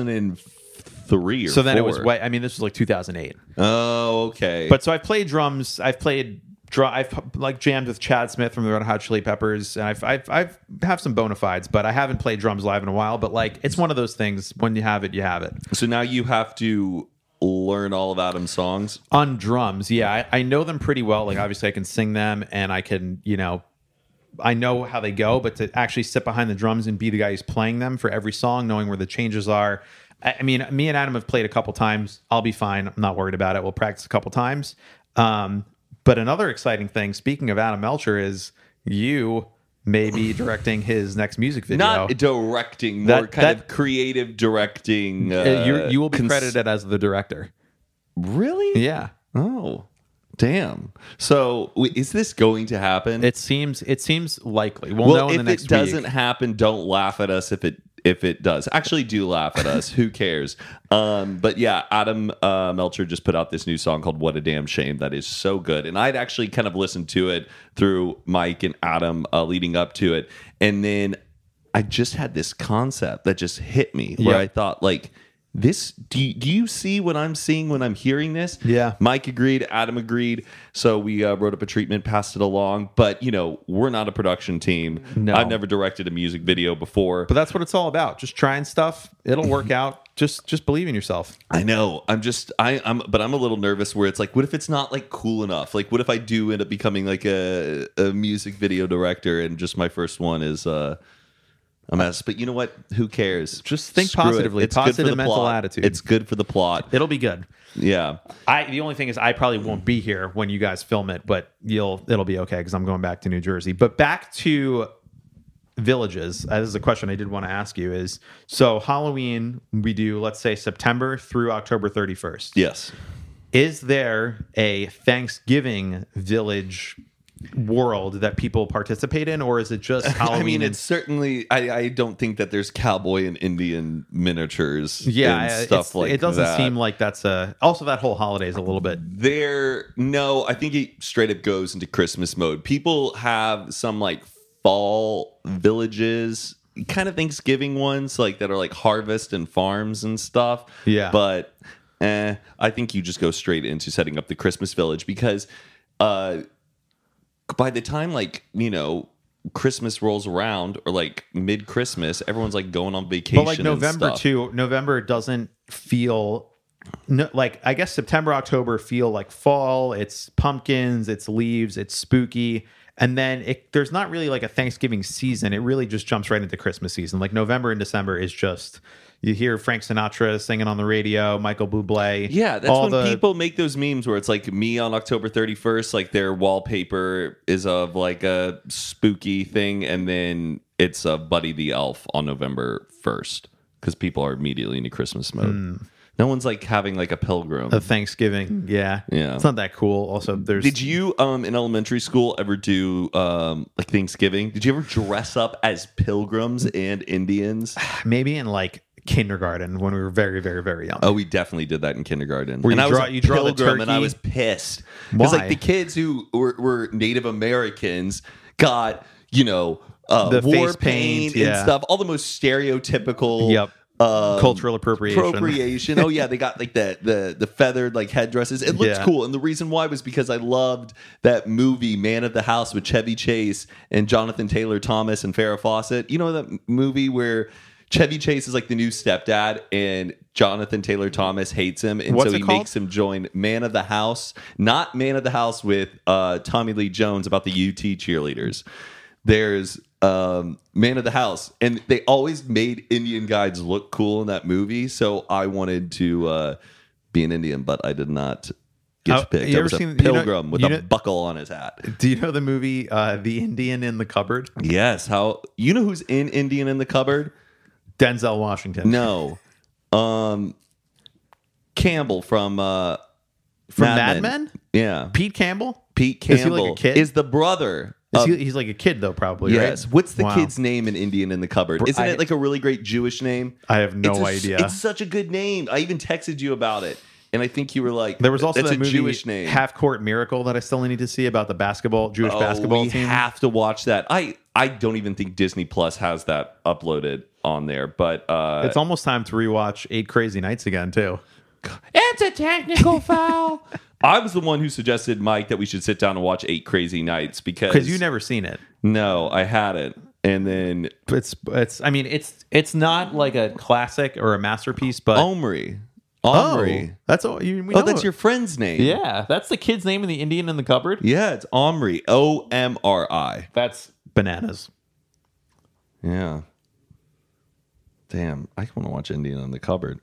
Speaker 1: 2003 or
Speaker 2: so then it was
Speaker 1: four.
Speaker 2: way. I mean, this was like 2008.
Speaker 1: Oh, okay.
Speaker 2: But so I've played drums. I've played drum. I've like jammed with Chad Smith from the Red Hot Chili Peppers, and I've I've, I've have some bona fides, but I haven't played drums live in a while. But like, it's one of those things. When you have it, you have it.
Speaker 1: so now you have to learn all of Adam's songs.
Speaker 2: On drums, yeah, I, I know them pretty well. Like, obviously, I can sing them, and I can, you know. I know how they go, but to actually sit behind the drums and be the guy who's playing them for every song, knowing where the changes are. I I mean, me and Adam have played a couple times. I'll be fine. I'm not worried about it. We'll practice a couple times. Um, but another exciting thing, speaking of Adam Melcher, is you may be directing his next music video.
Speaker 1: Not directing, more
Speaker 2: That-
Speaker 1: kind
Speaker 2: that-
Speaker 1: of creative directing. Uh,
Speaker 2: Uh, you you will be
Speaker 1: cons-
Speaker 2: credited as the director.
Speaker 1: Really?
Speaker 2: Yeah.
Speaker 1: Oh, damn. So w- is this going to happen?
Speaker 2: It seems it seems likely. We'll, know
Speaker 1: well,
Speaker 2: in
Speaker 1: if
Speaker 2: the next
Speaker 1: it doesn't
Speaker 2: week.
Speaker 1: happen, don't laugh at us if it if it does. Actually, do laugh at us. Who cares? Um, but yeah, Adam uh, Melcher just put out this new song called "What a Damn Shame" that is so good, and I'd actually kind of listened to it through Mike and Adam uh, leading up to it, and then I just had this concept that just hit me where
Speaker 2: Yeah.
Speaker 1: I thought like. This do you, do you see what I'm seeing when I'm hearing this?
Speaker 2: Yeah.
Speaker 1: Mike agreed, Adam agreed. So we uh, wrote up a treatment, passed it along. But you know, we're not a production team.
Speaker 2: No.
Speaker 1: I've never directed a music video before.
Speaker 2: But
Speaker 1: But
Speaker 2: that's what it's all about. Just trying stuff. It'll work out. Just just believe in yourself.
Speaker 1: I know I'm just I, I'm, but I'm a little nervous. Where it's like, what if it's not like cool enough? Like, what if I do end up becoming like a, a music video director and just my first one is uh, a mess? But you know what? Who cares?
Speaker 2: Just think
Speaker 1: Screw it.
Speaker 2: positively.
Speaker 1: It's good for
Speaker 2: Positive
Speaker 1: the
Speaker 2: mental
Speaker 1: plot.
Speaker 2: attitude.
Speaker 1: It's good for the plot.
Speaker 2: It'll be good.
Speaker 1: Yeah.
Speaker 2: I the only thing is I probably won't be here when you guys film it, but you'll it'll be okay because I'm going back to New Jersey. But back to villages. Uh, this is a question I did want to ask you. Is so Halloween we do let's say September through October 31st.
Speaker 1: Yes.
Speaker 2: Is there a Thanksgiving village world that people participate in, or is it just Halloween?
Speaker 1: I mean,
Speaker 2: and
Speaker 1: it's certainly. I, I don't think that there's cowboy and Indian miniatures.
Speaker 2: yeah,
Speaker 1: and
Speaker 2: I-
Speaker 1: stuff
Speaker 2: it's-
Speaker 1: like
Speaker 2: it doesn't
Speaker 1: that.
Speaker 2: seem like that's a. Also, that whole holiday is a little bit.
Speaker 1: there. No, I think it straight up goes into Christmas mode. People have some like fall villages, kind of Thanksgiving ones, like that are like harvest and farms and stuff.
Speaker 2: Yeah.
Speaker 1: but eh, I think you just go straight into setting up the Christmas village because. uh by the time like you know christmas rolls around or like mid christmas everyone's like going on vacation
Speaker 2: But like November
Speaker 1: and stuff.
Speaker 2: too, November doesn't feel no, like I guess September, October feel like fall. It's pumpkins, it's leaves, it's spooky, and then it, there's not really like a Thanksgiving season. It really just jumps right into Christmas season. Like November and December is just you hear Frank Sinatra singing on the radio, Michael Bublé.
Speaker 1: yeah that's
Speaker 2: all
Speaker 1: when
Speaker 2: the-
Speaker 1: people make those memes where it's like me on october 31st like their wallpaper is of like a spooky thing and then it's uh, buddy the elf on november 1st because people are immediately into christmas mode
Speaker 2: Hmm.
Speaker 1: no one's like having like a pilgrim
Speaker 2: the Thanksgiving. Yeah,
Speaker 1: Yeah.
Speaker 2: It's not that cool. Also, there's
Speaker 1: did you um in elementary school ever do um like thanksgiving did you ever dress up as pilgrims and indians
Speaker 2: maybe in like kindergarten when we were very, very, very young.
Speaker 1: Oh, we definitely did that in kindergarten.
Speaker 2: Where you
Speaker 1: and I was
Speaker 2: draw-
Speaker 1: a
Speaker 2: you draw the
Speaker 1: pilgrim and I
Speaker 2: turkey?
Speaker 1: was pissed. Because
Speaker 2: Why?
Speaker 1: like the kids who were, were Native Americans got, you know, uh,
Speaker 2: The
Speaker 1: war
Speaker 2: face
Speaker 1: paint
Speaker 2: paint,
Speaker 1: and
Speaker 2: yeah.
Speaker 1: stuff, all the most stereotypical
Speaker 2: Yep.
Speaker 1: um,
Speaker 2: Cultural appropriation.
Speaker 1: appropriation. Oh yeah, they got like the the the feathered like headdresses. It looked
Speaker 2: Yeah.
Speaker 1: cool, and the reason why was because I loved that movie Man of the House with Chevy Chase and Jonathan Taylor Thomas and Farrah Fawcett. You know that m- movie where Chevy Chase is like the new stepdad and Jonathan Taylor Thomas hates him, and
Speaker 2: What's
Speaker 1: so
Speaker 2: it
Speaker 1: he
Speaker 2: called?
Speaker 1: makes him join Man of the House, not Man of the House with uh, Tommy Lee Jones about the UT cheerleaders. There's um, Man of the House, and they always made Indian guides look cool in that movie. So I wanted to uh, be an Indian, but I did not get
Speaker 2: Oh,
Speaker 1: picked.
Speaker 2: you
Speaker 1: I
Speaker 2: ever
Speaker 1: was a
Speaker 2: seen- you know-
Speaker 1: pilgrim with
Speaker 2: you
Speaker 1: a
Speaker 2: know-
Speaker 1: buckle on his hat.
Speaker 2: Do you know the movie uh, The Indian in the Cupboard?
Speaker 1: Yes, how you know who's in Indian in the cupboard?
Speaker 2: Denzel Washington.
Speaker 1: No, um, Campbell from uh,
Speaker 2: From Mad Men?
Speaker 1: Yeah,
Speaker 2: Pete Campbell?
Speaker 1: Pete
Speaker 2: Is he
Speaker 1: Campbell
Speaker 2: like a kid?
Speaker 1: is the brother.
Speaker 2: Is
Speaker 1: of-
Speaker 2: he, he's like a kid though, probably.
Speaker 1: yes.
Speaker 2: Right?
Speaker 1: What's the
Speaker 2: Wow.
Speaker 1: kid's name in Indian in the cupboard? Isn't it like a really great Jewish name?
Speaker 2: I have no
Speaker 1: It's a-
Speaker 2: idea.
Speaker 1: It's such a good name. I even texted you about it, and I think you were like,
Speaker 2: There was also
Speaker 1: that's
Speaker 2: that
Speaker 1: a
Speaker 2: movie,
Speaker 1: Jewish name.
Speaker 2: Half Court Miracle, that I still need to see about the basketball Jewish
Speaker 1: Oh,
Speaker 2: basketball
Speaker 1: we
Speaker 2: team.
Speaker 1: have to watch that. I I don't even think Disney Plus has that uploaded on there, but uh,
Speaker 2: it's almost time to rewatch Eight Crazy Nights again too.
Speaker 1: It's a technical foul. I was the one who suggested Mike that we should sit down and watch Eight Crazy Nights because
Speaker 2: Because you never seen it.
Speaker 1: No, I hadn't, and then
Speaker 2: It's it's. I mean, it's it's not like a classic or a masterpiece, but
Speaker 1: Omri, Omri.
Speaker 2: that's all. You, we
Speaker 1: Oh,
Speaker 2: know
Speaker 1: that's
Speaker 2: it.
Speaker 1: your friend's name.
Speaker 3: Yeah, that's the kid's name in the Indian in the cupboard.
Speaker 1: yeah, it's Omri. O M R I.
Speaker 3: That's
Speaker 2: bananas.
Speaker 1: Yeah. Damn, I want to watch Indian in the cupboard.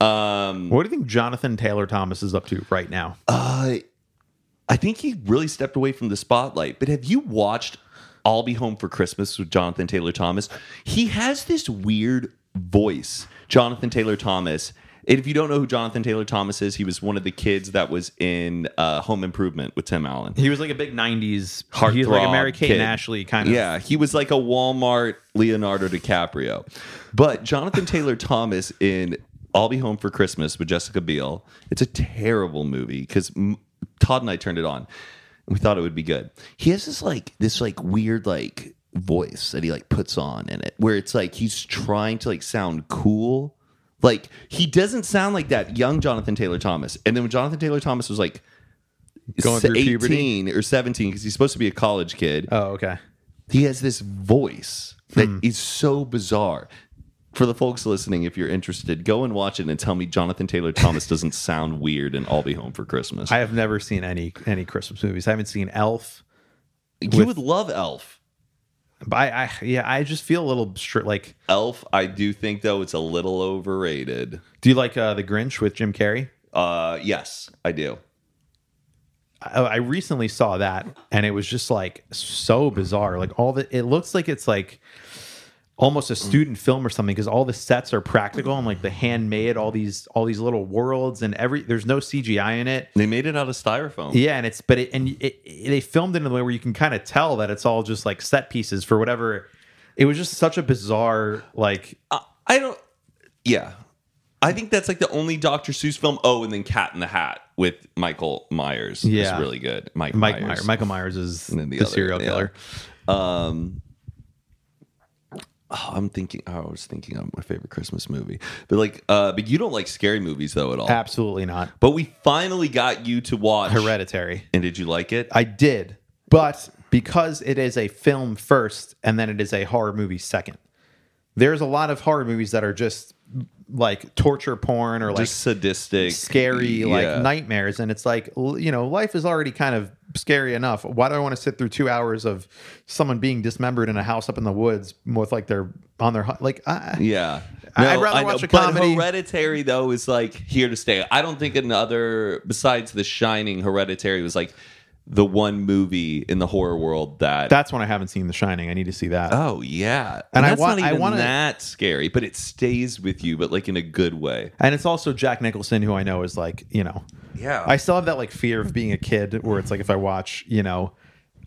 Speaker 1: Um,
Speaker 2: What do you think Jonathan Taylor Thomas is up to right now?
Speaker 1: Uh, I think he really stepped away from the spotlight. But have you watched I'll Be Home for Christmas with Jonathan Taylor Thomas? He has this weird voice, Jonathan Taylor Thomas. And if you don't know who Jonathan Taylor Thomas is, he was one of the kids that was in uh, Home Improvement with Tim Allen.
Speaker 2: he was like a big '90s
Speaker 1: Heartthrob
Speaker 2: He was like a Mary Kate
Speaker 1: kid.
Speaker 2: and Ashley kind of.
Speaker 1: Yeah, he was like a Walmart Leonardo DiCaprio. But Jonathan Taylor Thomas in I'll Be Home for Christmas with Jessica Biel, it's a terrible movie because Todd and I turned it on. We thought it would be good. He has this like this like weird like voice that he like puts on in it where it's like he's trying to like sound cool. Like he doesn't sound like that young Jonathan Taylor Thomas. And then when Jonathan Taylor Thomas was like
Speaker 2: Going through
Speaker 1: 18
Speaker 2: puberty?
Speaker 1: or 17 because he's supposed to be a college kid
Speaker 2: Oh, okay.
Speaker 1: he has this voice that is
Speaker 2: Hmm.
Speaker 1: so bizarre. For the folks listening, if you're interested, go and watch it and tell me Jonathan Taylor Thomas doesn't sound weird and I'll be home for Christmas.
Speaker 2: I have never seen any any Christmas movies. I haven't seen Elf.
Speaker 1: you would love Elf.
Speaker 2: But I, I yeah, I just feel a little str- like.
Speaker 1: Elf, I do think though it's a little overrated.
Speaker 2: Do you like uh, the Grinch with Jim Carrey?
Speaker 1: Uh yes, I do.
Speaker 2: I, I recently saw that, and it was just like so bizarre. Like all the, it looks like it's like almost a student film or something because all the sets are practical and like the handmade, all these all these little worlds and every. There's no CGI in it.
Speaker 1: They made it out of styrofoam.
Speaker 2: Yeah, and it's but it and it, it, they filmed it in a way where you can kind of tell that it's all just like set pieces for whatever. It was just such a bizarre like
Speaker 1: I- I don't. Yeah, I think that's like the only Dr. Seuss film. Oh, and then Cat in the Hat with Michael Myers. is
Speaker 2: Yeah.
Speaker 1: really good. Mike,
Speaker 2: Mike
Speaker 1: Myers.
Speaker 2: Myers. Michael Myers is
Speaker 1: And
Speaker 2: the,
Speaker 1: then the other,
Speaker 2: serial
Speaker 1: yeah.
Speaker 2: killer.
Speaker 1: Um, oh, I'm thinking. I was thinking of my favorite Christmas movie, but like, uh, but you don't like scary movies though at all.
Speaker 2: Absolutely not
Speaker 1: But we finally got you to watch
Speaker 2: hereditary.
Speaker 1: and did you like it?
Speaker 2: I did, but because it is a film first and then it is a horror movie second. There's a lot of horror movies that are just like torture porn or like
Speaker 1: Just sadistic,
Speaker 2: scary
Speaker 1: yeah.
Speaker 2: like nightmares and it's like l- you know life is already kind of scary enough why do i want to sit through two hours of someone being dismembered in a house up in the woods with like their on their hu- like I,
Speaker 1: Yeah.
Speaker 2: I- I'd rather
Speaker 1: know,
Speaker 2: watch a
Speaker 1: but
Speaker 2: comedy.
Speaker 1: Hereditary though is like here to stay. I don't think another besides The Shining, Hereditary was like the one movie in the horror world that.
Speaker 2: that's when i haven't seen the shining i need to see that
Speaker 1: oh yeah, and,
Speaker 2: I
Speaker 1: that's
Speaker 2: want-
Speaker 1: not
Speaker 2: I
Speaker 1: even
Speaker 2: wanna-
Speaker 1: that scary, but it stays with you, but like in a good way.
Speaker 2: and it's also jack nicholson who i know is like you know
Speaker 1: Yeah.
Speaker 2: i still have that like fear of being a kid where it's like if i watch you know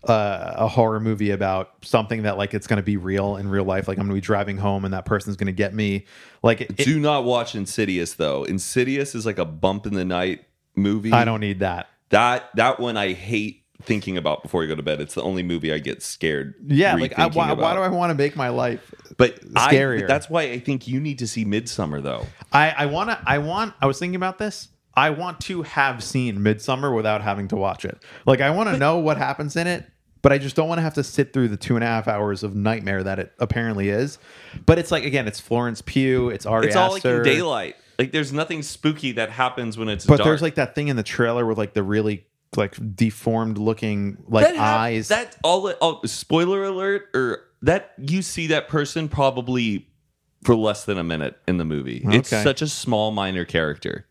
Speaker 2: uh, a horror movie about something that like it's going to be real in real life like i'm going to be driving home and that person's going to get me like it,
Speaker 1: Do not watch Insidious though. Insidious is like a bump in the night movie.
Speaker 2: i don't need that
Speaker 1: that that one I hate thinking about before you go to bed. It's the only movie I get scared.
Speaker 2: Yeah, like I,
Speaker 1: rethinking
Speaker 2: why, why
Speaker 1: about.
Speaker 2: do I want to make my life
Speaker 1: But I-
Speaker 2: Scarier.
Speaker 1: that's why I think you need to see Midsummer though.
Speaker 2: I, I want to. I want. I was thinking about this. I want to have seen Midsummer without having to watch it. Like I want to know what happens in it, but I just don't want to have to sit through the two and a half hours of nightmare that it apparently is. But it's like again, it's Florence Pugh. It's Ari.
Speaker 1: It's all like in
Speaker 2: Aster,
Speaker 1: daylight. Like there's nothing spooky that happens when it's
Speaker 2: But
Speaker 1: dark.
Speaker 2: there's like that thing in the trailer with like the really like deformed looking like
Speaker 1: hap-
Speaker 2: eyes.
Speaker 1: that all, all spoiler alert or that you see that person probably for less than a minute in the movie. It's
Speaker 2: Okay.
Speaker 1: such a small minor character.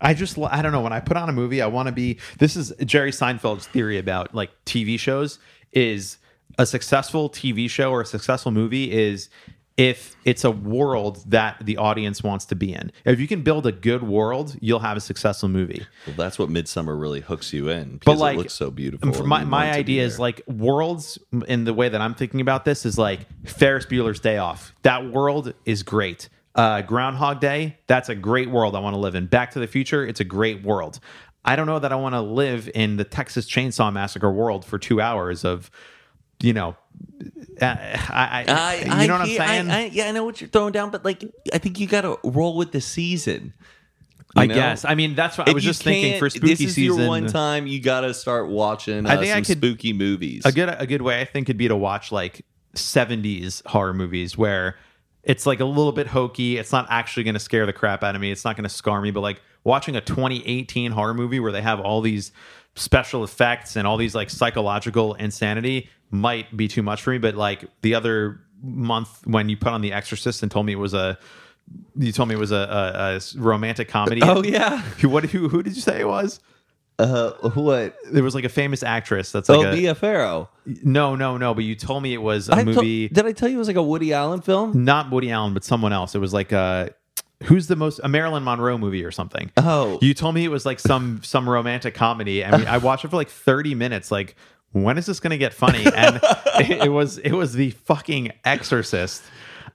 Speaker 2: I just I don't know when I put on a movie I want to be this is Jerry Seinfeld's theory about like TV shows is a successful TV show or a successful movie is if it's a world that the audience wants to be in. If you can build a good world, you'll have a successful movie.
Speaker 1: Well, that's what Midsummer really hooks you in because
Speaker 2: But like
Speaker 1: it looks so beautiful.
Speaker 2: for
Speaker 1: and
Speaker 2: My
Speaker 1: you
Speaker 2: my
Speaker 1: want to be
Speaker 2: idea is
Speaker 1: there.
Speaker 2: like worlds in the way that I'm thinking about this is like Ferris Bueller's Day Off. That world is great. Uh, Groundhog Day, that's a great world I want to live in. Back to the Future, it's a great world. I don't know that I want to live in the Texas Chainsaw Massacre world for two hours of, you know, uh, I, I,
Speaker 1: I,
Speaker 2: you
Speaker 1: I
Speaker 2: know what I'm
Speaker 1: hear- I-
Speaker 2: saying.
Speaker 1: I, yeah, I know what you're throwing down, but like, I think you got to roll with the season.
Speaker 2: I
Speaker 1: know?
Speaker 2: guess. I mean, that's what I
Speaker 1: If
Speaker 2: was
Speaker 1: you
Speaker 2: just thinking
Speaker 1: can't-
Speaker 2: for spooky
Speaker 1: this is
Speaker 2: season.
Speaker 1: Your one time you got to start watching. Uh,
Speaker 2: think
Speaker 1: some
Speaker 2: I could-
Speaker 1: spooky movies.
Speaker 2: a good a good way I think would be to watch like 70s horror movies where it's like a little bit hokey. It's not actually going to scare the crap out of me. It's not going to scar me, but like watching a 2018 horror movie where they have all these special effects and all these like psychological insanity might be too much for me, but like the other month when you put on the exorcist and told me it was a you told me it was a, a, a romantic comedy.
Speaker 1: Oh, yeah.
Speaker 2: Who what who who did you say it was?
Speaker 1: uh, what?
Speaker 2: There was like a famous actress that's
Speaker 1: Oh,
Speaker 2: like a,
Speaker 1: Mia Farrow.
Speaker 2: no, no, no. But you told me it was a
Speaker 1: I to-
Speaker 2: movie,
Speaker 1: did I tell you it was like a Woody Allen film?
Speaker 2: not Woody Allen, but someone else. It was like a who's the most a Marilyn Monroe movie or something.
Speaker 1: Oh.
Speaker 2: you told me it was like some some romantic comedy, and we, I watched it for like thirty minutes. Like, when is this going to get funny? And it, it was it was the fucking Exorcist,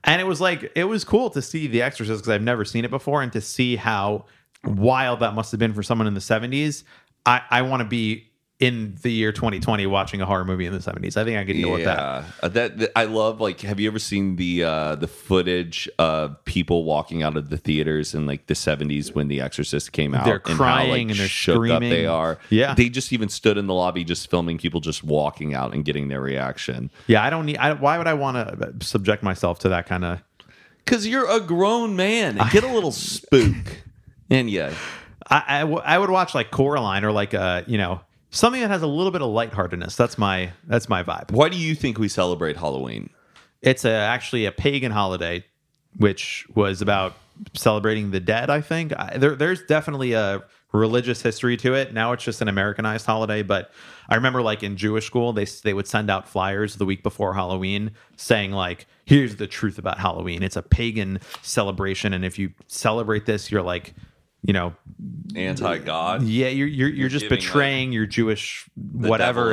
Speaker 2: and it was like it was cool to see the Exorcist because I've never seen it before, and to see how wild that must have been for someone in the seventies. I I want to be. In the year 2020, watching a horror movie in the 70s, I think I could deal with that.
Speaker 1: Yeah, Uh, that, that- I love. Like, have you ever seen the uh, the footage of people walking out of the theaters in like the seventies when The Exorcist came out?
Speaker 2: They're
Speaker 1: and how, like,
Speaker 2: crying and they're
Speaker 1: shook up They
Speaker 2: screaming.
Speaker 1: are.
Speaker 2: Yeah.
Speaker 1: they just even stood in the lobby, just filming people just walking out and getting their reaction.
Speaker 2: Yeah, I don't need. I, why would I want to subject myself to that kind of?
Speaker 1: Because you're a grown man, and get a little spook. And yeah,
Speaker 2: I, I w- I would watch like Coraline or like uh you know something that has a little bit of lightheartedness. That's my that's my vibe.
Speaker 1: why do you think we celebrate Halloween?
Speaker 2: It's a, actually a pagan holiday, which was about celebrating the dead. I think I, there there's definitely a religious history to it. Now it's just an Americanized holiday, but I remember like in Jewish school they s- they would send out flyers the week before Halloween saying like here's the truth about Halloween. It's a pagan celebration, and if you celebrate this, you're like you know
Speaker 1: Anti God.
Speaker 2: Yeah, you're you're, you're just
Speaker 1: giving, like,
Speaker 2: betraying your Jewish whatever.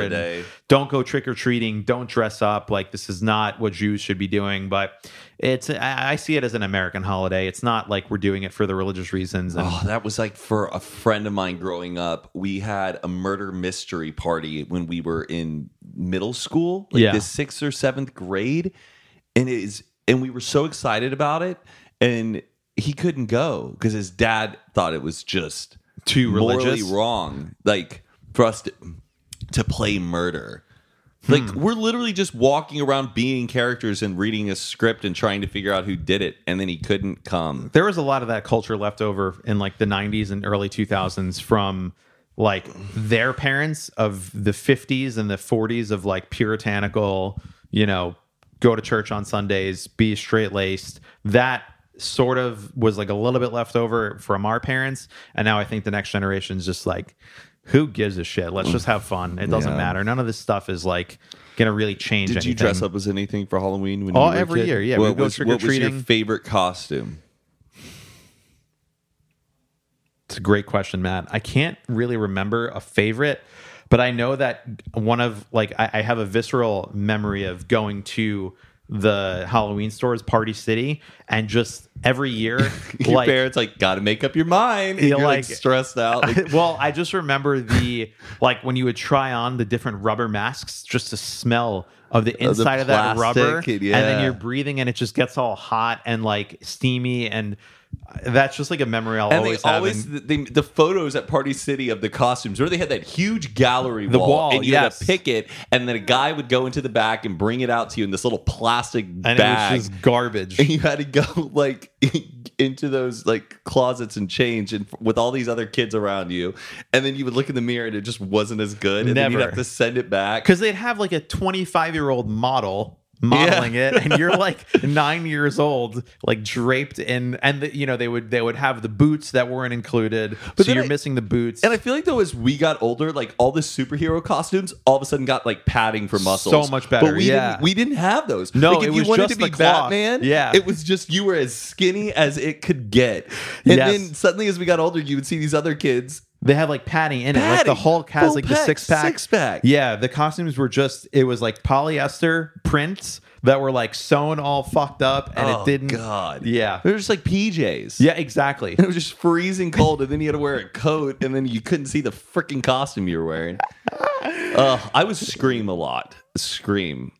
Speaker 1: devil a
Speaker 2: and
Speaker 1: day.
Speaker 2: Don't go trick or treating. Don't dress up. Like this is not what Jews should be doing. But it's I I see it as an American holiday. It's not like we're doing it for the religious reasons. And
Speaker 1: Oh, that was like for a friend of mine growing up. We had a murder mystery party when we were in middle school, like
Speaker 2: Yeah.
Speaker 1: the sixth or seventh grade, and it is, and we were so excited about it, and he couldn't go because his dad thought it was just
Speaker 2: Too
Speaker 1: morally
Speaker 2: religious?
Speaker 1: wrong, like for us to, to play murder. Like
Speaker 2: Hmm.
Speaker 1: we're literally just walking around being characters and reading a script and trying to figure out who did it, and then he couldn't come.
Speaker 2: there was a lot of that culture left over in like the 90s and early 2000s from like their parents of the 50s and the 40s of like puritanical you know go to church on sundays be straight laced that sort of was like a little bit left over from our parents and now i think the next generation's just like who gives a shit let's just have fun it doesn't matter none of this stuff is like gonna really change
Speaker 1: Did you
Speaker 2: anything.
Speaker 1: dress up as anything for Halloween when
Speaker 2: Oh,
Speaker 1: you were a
Speaker 2: every
Speaker 1: kid?
Speaker 2: year, yeah, we
Speaker 1: What,
Speaker 2: would go
Speaker 1: was, what was your
Speaker 2: trick-or-treating.
Speaker 1: favorite costume?
Speaker 2: It's a great question, Matt. I can't really remember a favorite, but I know that one of like I, I have a visceral memory of going to the Halloween stores, Party City, and just every year,
Speaker 1: Your
Speaker 2: like
Speaker 1: parents like got to make up your mind.
Speaker 2: Yeah,
Speaker 1: You're like,
Speaker 2: like-
Speaker 1: stressed out. Like,
Speaker 2: well, I just remember the like when you would try on the different rubber masks, just the smell of the
Speaker 1: Of the
Speaker 2: inside of, that
Speaker 1: plastic,
Speaker 2: rubber,
Speaker 1: and
Speaker 2: and then
Speaker 1: yeah.
Speaker 2: you're breathing, and it just gets all hot and like steamy, and that's just like a memory I'll
Speaker 1: and
Speaker 2: always
Speaker 1: they
Speaker 2: have.
Speaker 1: always
Speaker 2: and-
Speaker 1: the, the, the photos at Party City of the costumes, where they had that huge gallery
Speaker 2: The wall,
Speaker 1: and you had to
Speaker 2: yes.
Speaker 1: pick it, and then a guy would go into the back and bring it out to you in this little plastic
Speaker 2: and
Speaker 1: bag.
Speaker 2: it was just garbage.
Speaker 1: and you had to go like into those like closets and change and with all these other kids around you and then you would look in the mirror and it just wasn't as good and then you'd
Speaker 2: Never.
Speaker 1: have to send it back
Speaker 2: because they'd have like a 25 year old model modeling it and you're like nine years old like draped in and the, you know they would they would have the boots that weren't included so
Speaker 1: then
Speaker 2: you're
Speaker 1: I-
Speaker 2: missing the boots
Speaker 1: and I feel like though as we got older, like all the superhero costumes all of a sudden got like padding for muscles.
Speaker 2: So much better,
Speaker 1: But we
Speaker 2: yeah.
Speaker 1: didn't we didn't have those.
Speaker 2: No,
Speaker 1: like, if
Speaker 2: it
Speaker 1: you
Speaker 2: was
Speaker 1: wanted
Speaker 2: just
Speaker 1: to be
Speaker 2: the cloth.
Speaker 1: Batman,
Speaker 2: Yeah.
Speaker 1: It was just you were as skinny as it could get. And
Speaker 2: Yes.
Speaker 1: then suddenly as we got older, you would see these other kids.
Speaker 2: they had like padding in it like the
Speaker 1: Padding.
Speaker 2: hulk has
Speaker 1: Full
Speaker 2: like the
Speaker 1: pack,
Speaker 2: six pack
Speaker 1: six-pack.
Speaker 2: yeah the costumes were just it was like polyester prints that were like sewn all fucked up and
Speaker 1: Oh,
Speaker 2: it didn't
Speaker 1: God.
Speaker 2: yeah
Speaker 1: They were just like PJs.
Speaker 2: yeah exactly
Speaker 1: It was just freezing cold, and then you had to wear a coat, and then you couldn't see the freaking costume you were wearing. Uh, I was scream a lot, scream,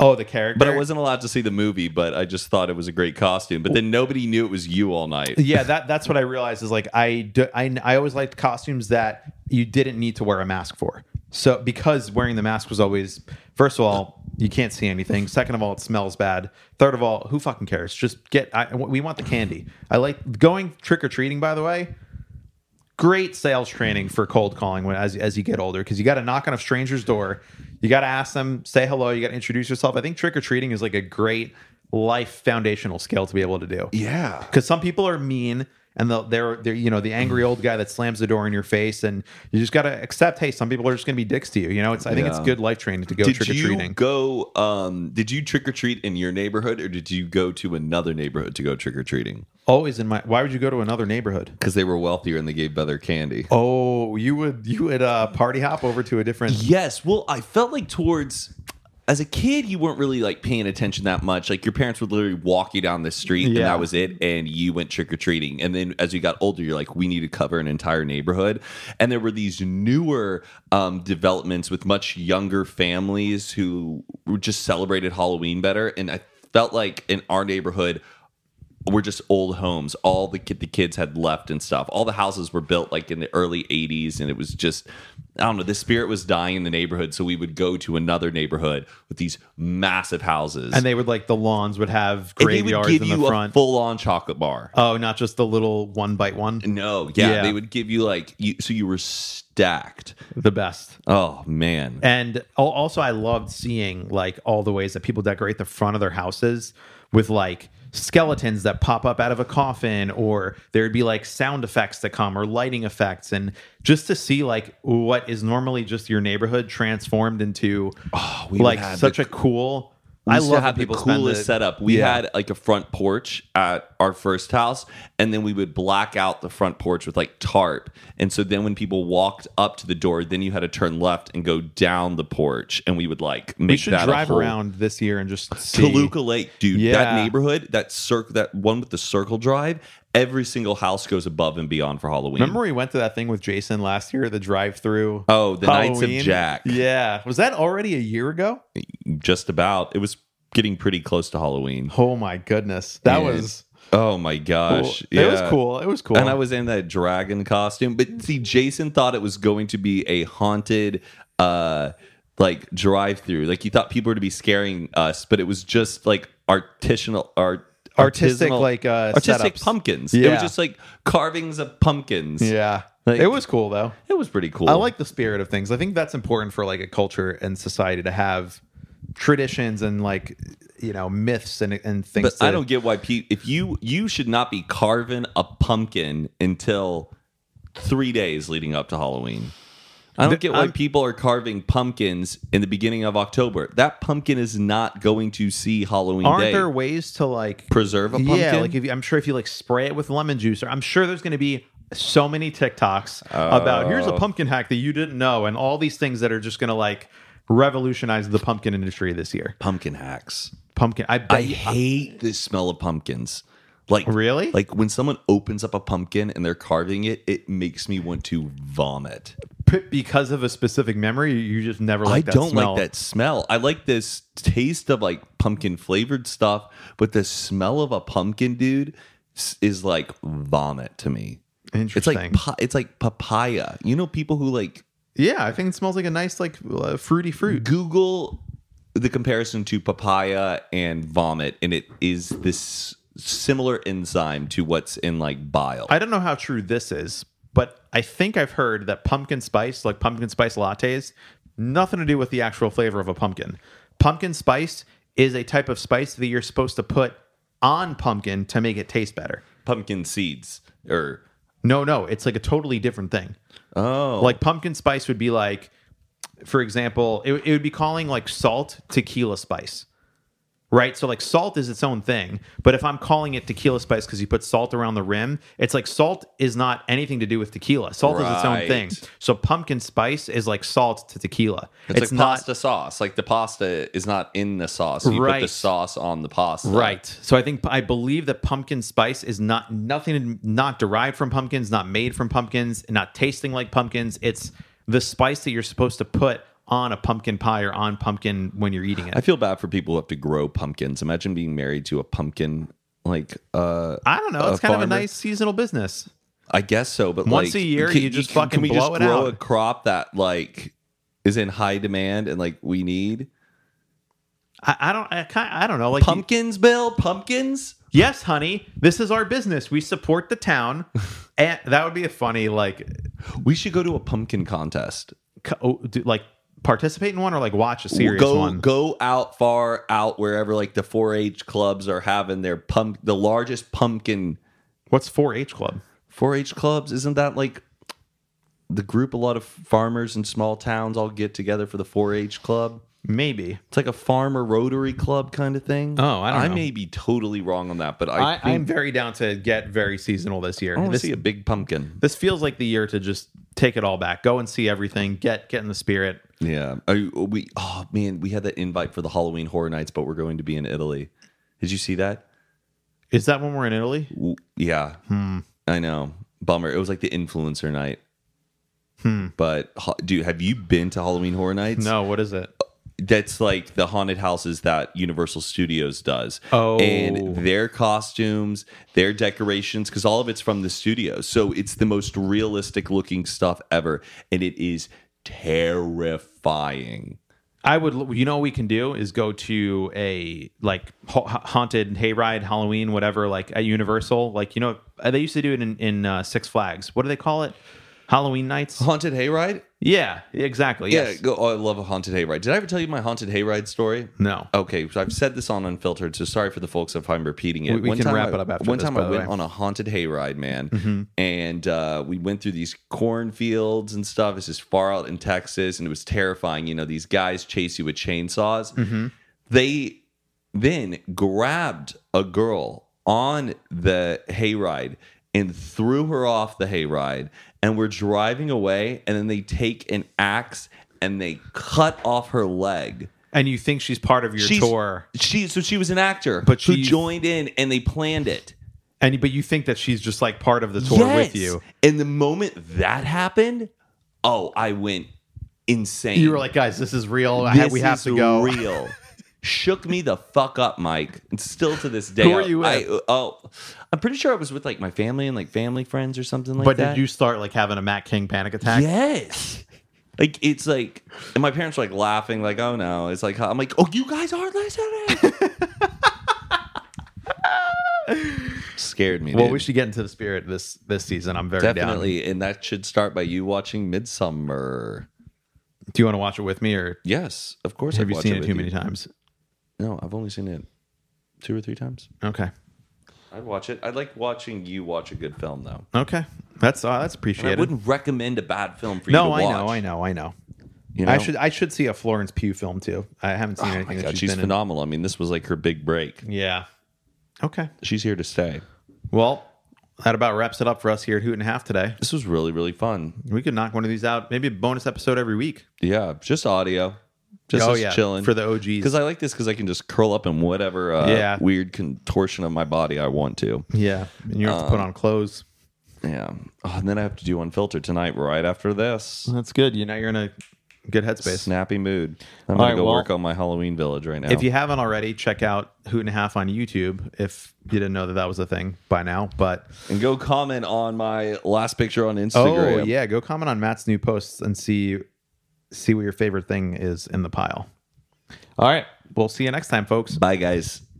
Speaker 2: oh the character
Speaker 1: but I wasn't allowed to see the movie. But I just thought it was a great costume. But then nobody knew it was you all night.
Speaker 2: yeah that that's what i realized is like I, do, I i always liked costumes that you didn't need to wear a mask for so because wearing the mask was always first of all you can't see anything second of all it smells bad third of all who fucking cares just get I, we want the candy i like going trick-or-treating by the way great sales training for cold calling when as, as you get older because you got to knock on a stranger's door you got to ask them say hello you got to introduce yourself i think trick-or-treating is like a great life foundational skill to be able to do
Speaker 1: Yeah,
Speaker 2: because some people are mean and they'll- they're they're you know the angry old guy that slams the door in your face and you just got to accept hey some people are just going to be dicks to you you know it's i think it's
Speaker 1: Yeah.
Speaker 2: good life training to go
Speaker 1: did you
Speaker 2: trick-or-treating
Speaker 1: go? Um, did you trick or treat in your neighborhood, or did you go to another neighborhood to go trick or treating?
Speaker 2: always in my why would you go to another neighborhood
Speaker 1: Because they were wealthier and they gave better candy.
Speaker 2: oh you would you would uh party hop over to a different
Speaker 1: Yes. Well, I felt like towards as a kid, you weren't really like paying attention that much. Like your parents would literally walk you down the street, and
Speaker 2: Yeah.
Speaker 1: that was it. And you went trick or treating. And then as you got older, you're like, we need to cover an entire neighborhood. And there were these newer um, developments with much younger families who were- just celebrated Halloween better. And I felt like in our neighborhood, were just old homes. All the kid, the kids had left and stuff. All the houses were built like in the early '80s, and it was just I don't know. The spirit was dying in the neighborhood, so we would go to another neighborhood with these massive houses,
Speaker 2: and they would like the lawns would have
Speaker 1: And they
Speaker 2: graveyards in the
Speaker 1: you a
Speaker 2: front
Speaker 1: full-on chocolate bar.
Speaker 2: oh not just the little one bite one
Speaker 1: no, yeah,
Speaker 2: Yeah.
Speaker 1: they would give you like you, so you were stacked.
Speaker 2: the best
Speaker 1: Oh man,
Speaker 2: And al- also, I loved seeing like all the ways that people decorate the front of their houses with like skeletons that pop up out of a coffin, or there'd be like sound effects that come, or lighting effects, and just to see like what is normally just your neighborhood transformed into
Speaker 1: Oh, we
Speaker 2: like
Speaker 1: had
Speaker 2: such a cool.
Speaker 1: I
Speaker 2: I
Speaker 1: used love to
Speaker 2: love
Speaker 1: have
Speaker 2: how
Speaker 1: the
Speaker 2: people spend
Speaker 1: coolest
Speaker 2: it-
Speaker 1: setup. We
Speaker 2: Yeah.
Speaker 1: had like a front porch at our first house, and then we would black out the front porch with like tarp. And so then when people walked up to the door, then you had to turn left and go down the porch, and we would like make
Speaker 2: We should
Speaker 1: that a
Speaker 2: drive
Speaker 1: whole-
Speaker 2: around this year and just see.
Speaker 1: Toluca Lake, dude. That
Speaker 2: Yeah.
Speaker 1: neighborhood, that circ, that one with the circle drive. Every single house goes above and beyond for Halloween.
Speaker 2: Remember we went to that thing with Jason last year, the drive-through.
Speaker 1: Oh, the Knights of Jack.
Speaker 2: Yeah, was that already a year ago?
Speaker 1: just about. It was getting pretty close to Halloween.
Speaker 2: Oh my goodness, that
Speaker 1: And-
Speaker 2: was
Speaker 1: Oh my gosh,
Speaker 2: cool. It was
Speaker 1: Yeah.
Speaker 2: cool. It was cool.
Speaker 1: And I was in that dragon costume. But see, Jason thought it was going to be a haunted uh like drive through. Like he thought people were to be scaring us, but it was just like artisanal art
Speaker 2: Artistic,
Speaker 1: artisanal-
Speaker 2: like, uh,
Speaker 1: artistic
Speaker 2: setups.
Speaker 1: pumpkins. It was
Speaker 2: Yeah.
Speaker 1: just like carvings of pumpkins.
Speaker 2: yeah,
Speaker 1: Like-
Speaker 2: it was cool though.
Speaker 1: It was pretty cool.
Speaker 2: I like the spirit of things. I think that's important for like a culture and society to have traditions and like you know myths and and things.
Speaker 1: but I
Speaker 2: to-
Speaker 1: don't get why people if you you should not be carving a pumpkin until three days leading up to Halloween. I don't get why people are carving pumpkins in the beginning of October. That pumpkin is not going to see Halloween
Speaker 2: Aren't
Speaker 1: day.
Speaker 2: there ways to like
Speaker 1: Preserve a pumpkin?
Speaker 2: Yeah, like if you, I'm sure if you like spray it with lemon juice, or I'm sure there's going to be so many TikToks about here's a
Speaker 1: Oh.
Speaker 2: pumpkin hack that you didn't know, and all these things that are just going to like revolutionize the pumpkin industry this year.
Speaker 1: pumpkin hacks.
Speaker 2: pumpkin. I bet
Speaker 1: I hate the smell of pumpkins. Like
Speaker 2: Really?
Speaker 1: Like when someone opens up a pumpkin and they're carving it, it makes me want to vomit.
Speaker 2: p- because of a specific memory, you just never
Speaker 1: I
Speaker 2: like that
Speaker 1: don't
Speaker 2: smell.
Speaker 1: like that smell. I like this taste of like pumpkin flavored stuff, but the smell of a pumpkin, dude, s- is like vomit to me. It's
Speaker 2: Interesting.
Speaker 1: like pa- it's like papaya. You know, people who like
Speaker 2: Yeah, I think it smells like a nice like uh, fruity fruit.
Speaker 1: Google the comparison to papaya and vomit, and it is this similar enzyme to what's in like bile.
Speaker 2: I don't know how true this is, but I think I've heard that pumpkin spice, like pumpkin spice lattes, nothing to do with the actual flavor of a pumpkin. Pumpkin spice is a type of spice that you're supposed to put on pumpkin to make it taste better.
Speaker 1: pumpkin seeds or
Speaker 2: No, no, it's like a totally different thing.
Speaker 1: oh
Speaker 2: Like pumpkin spice would be like, for example, it, it would be calling like salt tequila spice, right? So like salt is its own thing, but if I'm calling it tequila spice because you put salt around the rim, it's like salt is not anything to do with tequila. Salt is its own
Speaker 1: Right.
Speaker 2: thing. So pumpkin spice is like salt to tequila.
Speaker 1: it's,
Speaker 2: It's,
Speaker 1: like
Speaker 2: not
Speaker 1: pasta sauce. Like the pasta is not in the sauce. You put the
Speaker 2: Right.
Speaker 1: sauce on the pasta.
Speaker 2: Right. So I think I believe that pumpkin spice is not nothing not derived from pumpkins, not made from pumpkins, not tasting like pumpkins. It's the spice that you're supposed to put on a pumpkin pie or on pumpkin when you're eating it.
Speaker 1: I
Speaker 2: I,
Speaker 1: feel bad for people who have to grow pumpkins. Imagine being married to a pumpkin. Like uh
Speaker 2: don't know. It's kind of a
Speaker 1: farmer-
Speaker 2: nice seasonal business.
Speaker 1: I guess so, but
Speaker 2: Once
Speaker 1: like,
Speaker 2: a year, you just fucking
Speaker 1: can we
Speaker 2: blow
Speaker 1: just
Speaker 2: it
Speaker 1: grow
Speaker 2: out.
Speaker 1: a crop that like is in high demand and like we need
Speaker 2: I, I don't. I, kind I don't know. Like
Speaker 1: pumpkins, Bill pumpkins.
Speaker 2: yes, honey, this is our business. We support the town, and that would be a funny like,
Speaker 1: We should go to a pumpkin contest.
Speaker 2: co- oh, do, like participate in one or like watch a serious
Speaker 1: go
Speaker 2: one.
Speaker 1: go out far out wherever like the 4-H clubs are having their pump the largest pumpkin
Speaker 2: What's 4-H club?
Speaker 1: 4-H clubs. Isn't that like the group? A lot of farmers in small towns all get together for the 4-H club.
Speaker 2: Maybe.
Speaker 1: It's like a farmer rotary club kind of thing.
Speaker 2: Oh, I don't know.
Speaker 1: may be totally wrong on that, but I,
Speaker 2: I, I'm very down to get very seasonal this year.
Speaker 1: want to
Speaker 2: This,
Speaker 1: see a big pumpkin.
Speaker 2: this feels like the year to just take it all back, go and see everything, get get in the spirit.
Speaker 1: Yeah, Are you- we oh man, we had that invite for the Halloween Horror Nights, but we're going to be in Italy. Did you see that?
Speaker 2: Is that when we're in Italy?
Speaker 1: W- Yeah,
Speaker 2: Hmm.
Speaker 1: I know. Bummer. It was like the influencer night. But ho- dude, have you been to Halloween Horror Nights?
Speaker 2: Hmm. No, what is it?
Speaker 1: that's like the haunted houses that Universal Studios does.
Speaker 2: Oh.
Speaker 1: and their costumes, their decorations, because all of it's from the studio. So it's the most realistic looking stuff ever, and it is terrifying.
Speaker 2: I would. You know, what we can do is go to a like ha- haunted hayride, Halloween, whatever, like at Universal. Like you know, uh, they used to do it in in uh, Six Flags. What do they call it? Halloween nights.
Speaker 1: Haunted Hayride?
Speaker 2: Yeah, exactly.
Speaker 1: Yeah,
Speaker 2: Yes.
Speaker 1: go, oh, I love a haunted hayride. Did I ever tell you my haunted hayride story?
Speaker 2: No.
Speaker 1: Okay, so I've said this on Unfiltered, so sorry for the folks if I'm repeating it.
Speaker 2: We- we can
Speaker 1: time
Speaker 2: wrap
Speaker 1: I-
Speaker 2: it up after
Speaker 1: One
Speaker 2: this,
Speaker 1: time
Speaker 2: by
Speaker 1: I
Speaker 2: the
Speaker 1: went
Speaker 2: way. Mm-hmm.
Speaker 1: on a haunted hayride, man, and uh, we went through these cornfields and stuff. This is far out in Texas, and it was terrifying. You know, these guys chase you with chainsaws.
Speaker 2: Mm-hmm.
Speaker 1: They then grabbed a girl on the hayride and threw her off the hayride and we're driving away and then they take an axe and they cut off her leg
Speaker 2: And you think she's part of your
Speaker 1: She's-
Speaker 2: tour,
Speaker 1: she so she was an actor
Speaker 2: But
Speaker 1: who
Speaker 2: she-
Speaker 1: joined in and they planned it
Speaker 2: and but you think that she's just like part of the tour
Speaker 1: Yes!
Speaker 2: with you.
Speaker 1: and the moment that happened oh i went insane
Speaker 2: You were like, guys, this is real. I-
Speaker 1: this
Speaker 2: we have
Speaker 1: is
Speaker 2: to go.
Speaker 1: real shook me the fuck up mike and still to this day
Speaker 2: Who were you with?
Speaker 1: I, oh i'm pretty sure i was with like my family and like family friends or something like
Speaker 2: but
Speaker 1: that
Speaker 2: did you start like having a Matt King panic attack?
Speaker 1: Yes. Like it's like, and my parents were like laughing, like, "Oh no!" It's like I'm like, "Oh, you guys are listening." Scared me.
Speaker 2: Well,
Speaker 1: dude.
Speaker 2: we should get into the spirit this this season. I'm very Definitely.
Speaker 1: definitely, and that should start by you watching Midsummer.
Speaker 2: down. Do you want to watch it with me, or
Speaker 1: Yes, of course.
Speaker 2: have
Speaker 1: I'd
Speaker 2: you
Speaker 1: watch
Speaker 2: seen it
Speaker 1: with
Speaker 2: too many
Speaker 1: you.
Speaker 2: times?
Speaker 1: No, I've only seen it two or three times.
Speaker 2: Okay,
Speaker 1: I'd watch it. I like watching you watch a good film, though.
Speaker 2: okay, that's uh, that's
Speaker 1: And I
Speaker 2: appreciated.
Speaker 1: wouldn't recommend a bad film for you
Speaker 2: no,
Speaker 1: to
Speaker 2: I
Speaker 1: watch.
Speaker 2: know, I know, I know.
Speaker 1: You know?
Speaker 2: I should I should see a Florence Pugh film too. I haven't seen
Speaker 1: Oh my
Speaker 2: anything that
Speaker 1: God,
Speaker 2: she's,
Speaker 1: she's
Speaker 2: been
Speaker 1: phenomenal. I mean, this was like her big break.
Speaker 2: in. Yeah. Okay.
Speaker 1: She's here to stay.
Speaker 2: Well, that about wraps it up for us here at Hoot and Half today.
Speaker 1: This was really, really fun.
Speaker 2: We could knock one of these out, maybe a bonus episode every week.
Speaker 1: Yeah, just audio. Just
Speaker 2: Oh,
Speaker 1: as
Speaker 2: yeah,
Speaker 1: chilling
Speaker 2: for the OGs.
Speaker 1: Because I like this because I can just curl up in whatever uh,
Speaker 2: Yeah.
Speaker 1: weird contortion of my body I want to.
Speaker 2: Yeah, and you have to put
Speaker 1: Um,
Speaker 2: on clothes.
Speaker 1: Yeah. Oh, and then I have to do Unfiltered tonight right after this.
Speaker 2: That's good. You know you're in a good headspace.
Speaker 1: Snappy mood. I'm
Speaker 3: All
Speaker 1: going
Speaker 3: right,
Speaker 1: to go
Speaker 3: well-
Speaker 1: work on my Halloween village right now.
Speaker 2: If you haven't already, check out Hoot and a Half on YouTube. If you didn't know that that was a thing by now, but
Speaker 1: and go comment on my last picture on Instagram.
Speaker 2: oh yeah, go comment on Matt's new posts and see see what your favorite thing is in the pile.
Speaker 3: All right.
Speaker 2: We'll see you next time, folks.
Speaker 1: Bye, guys.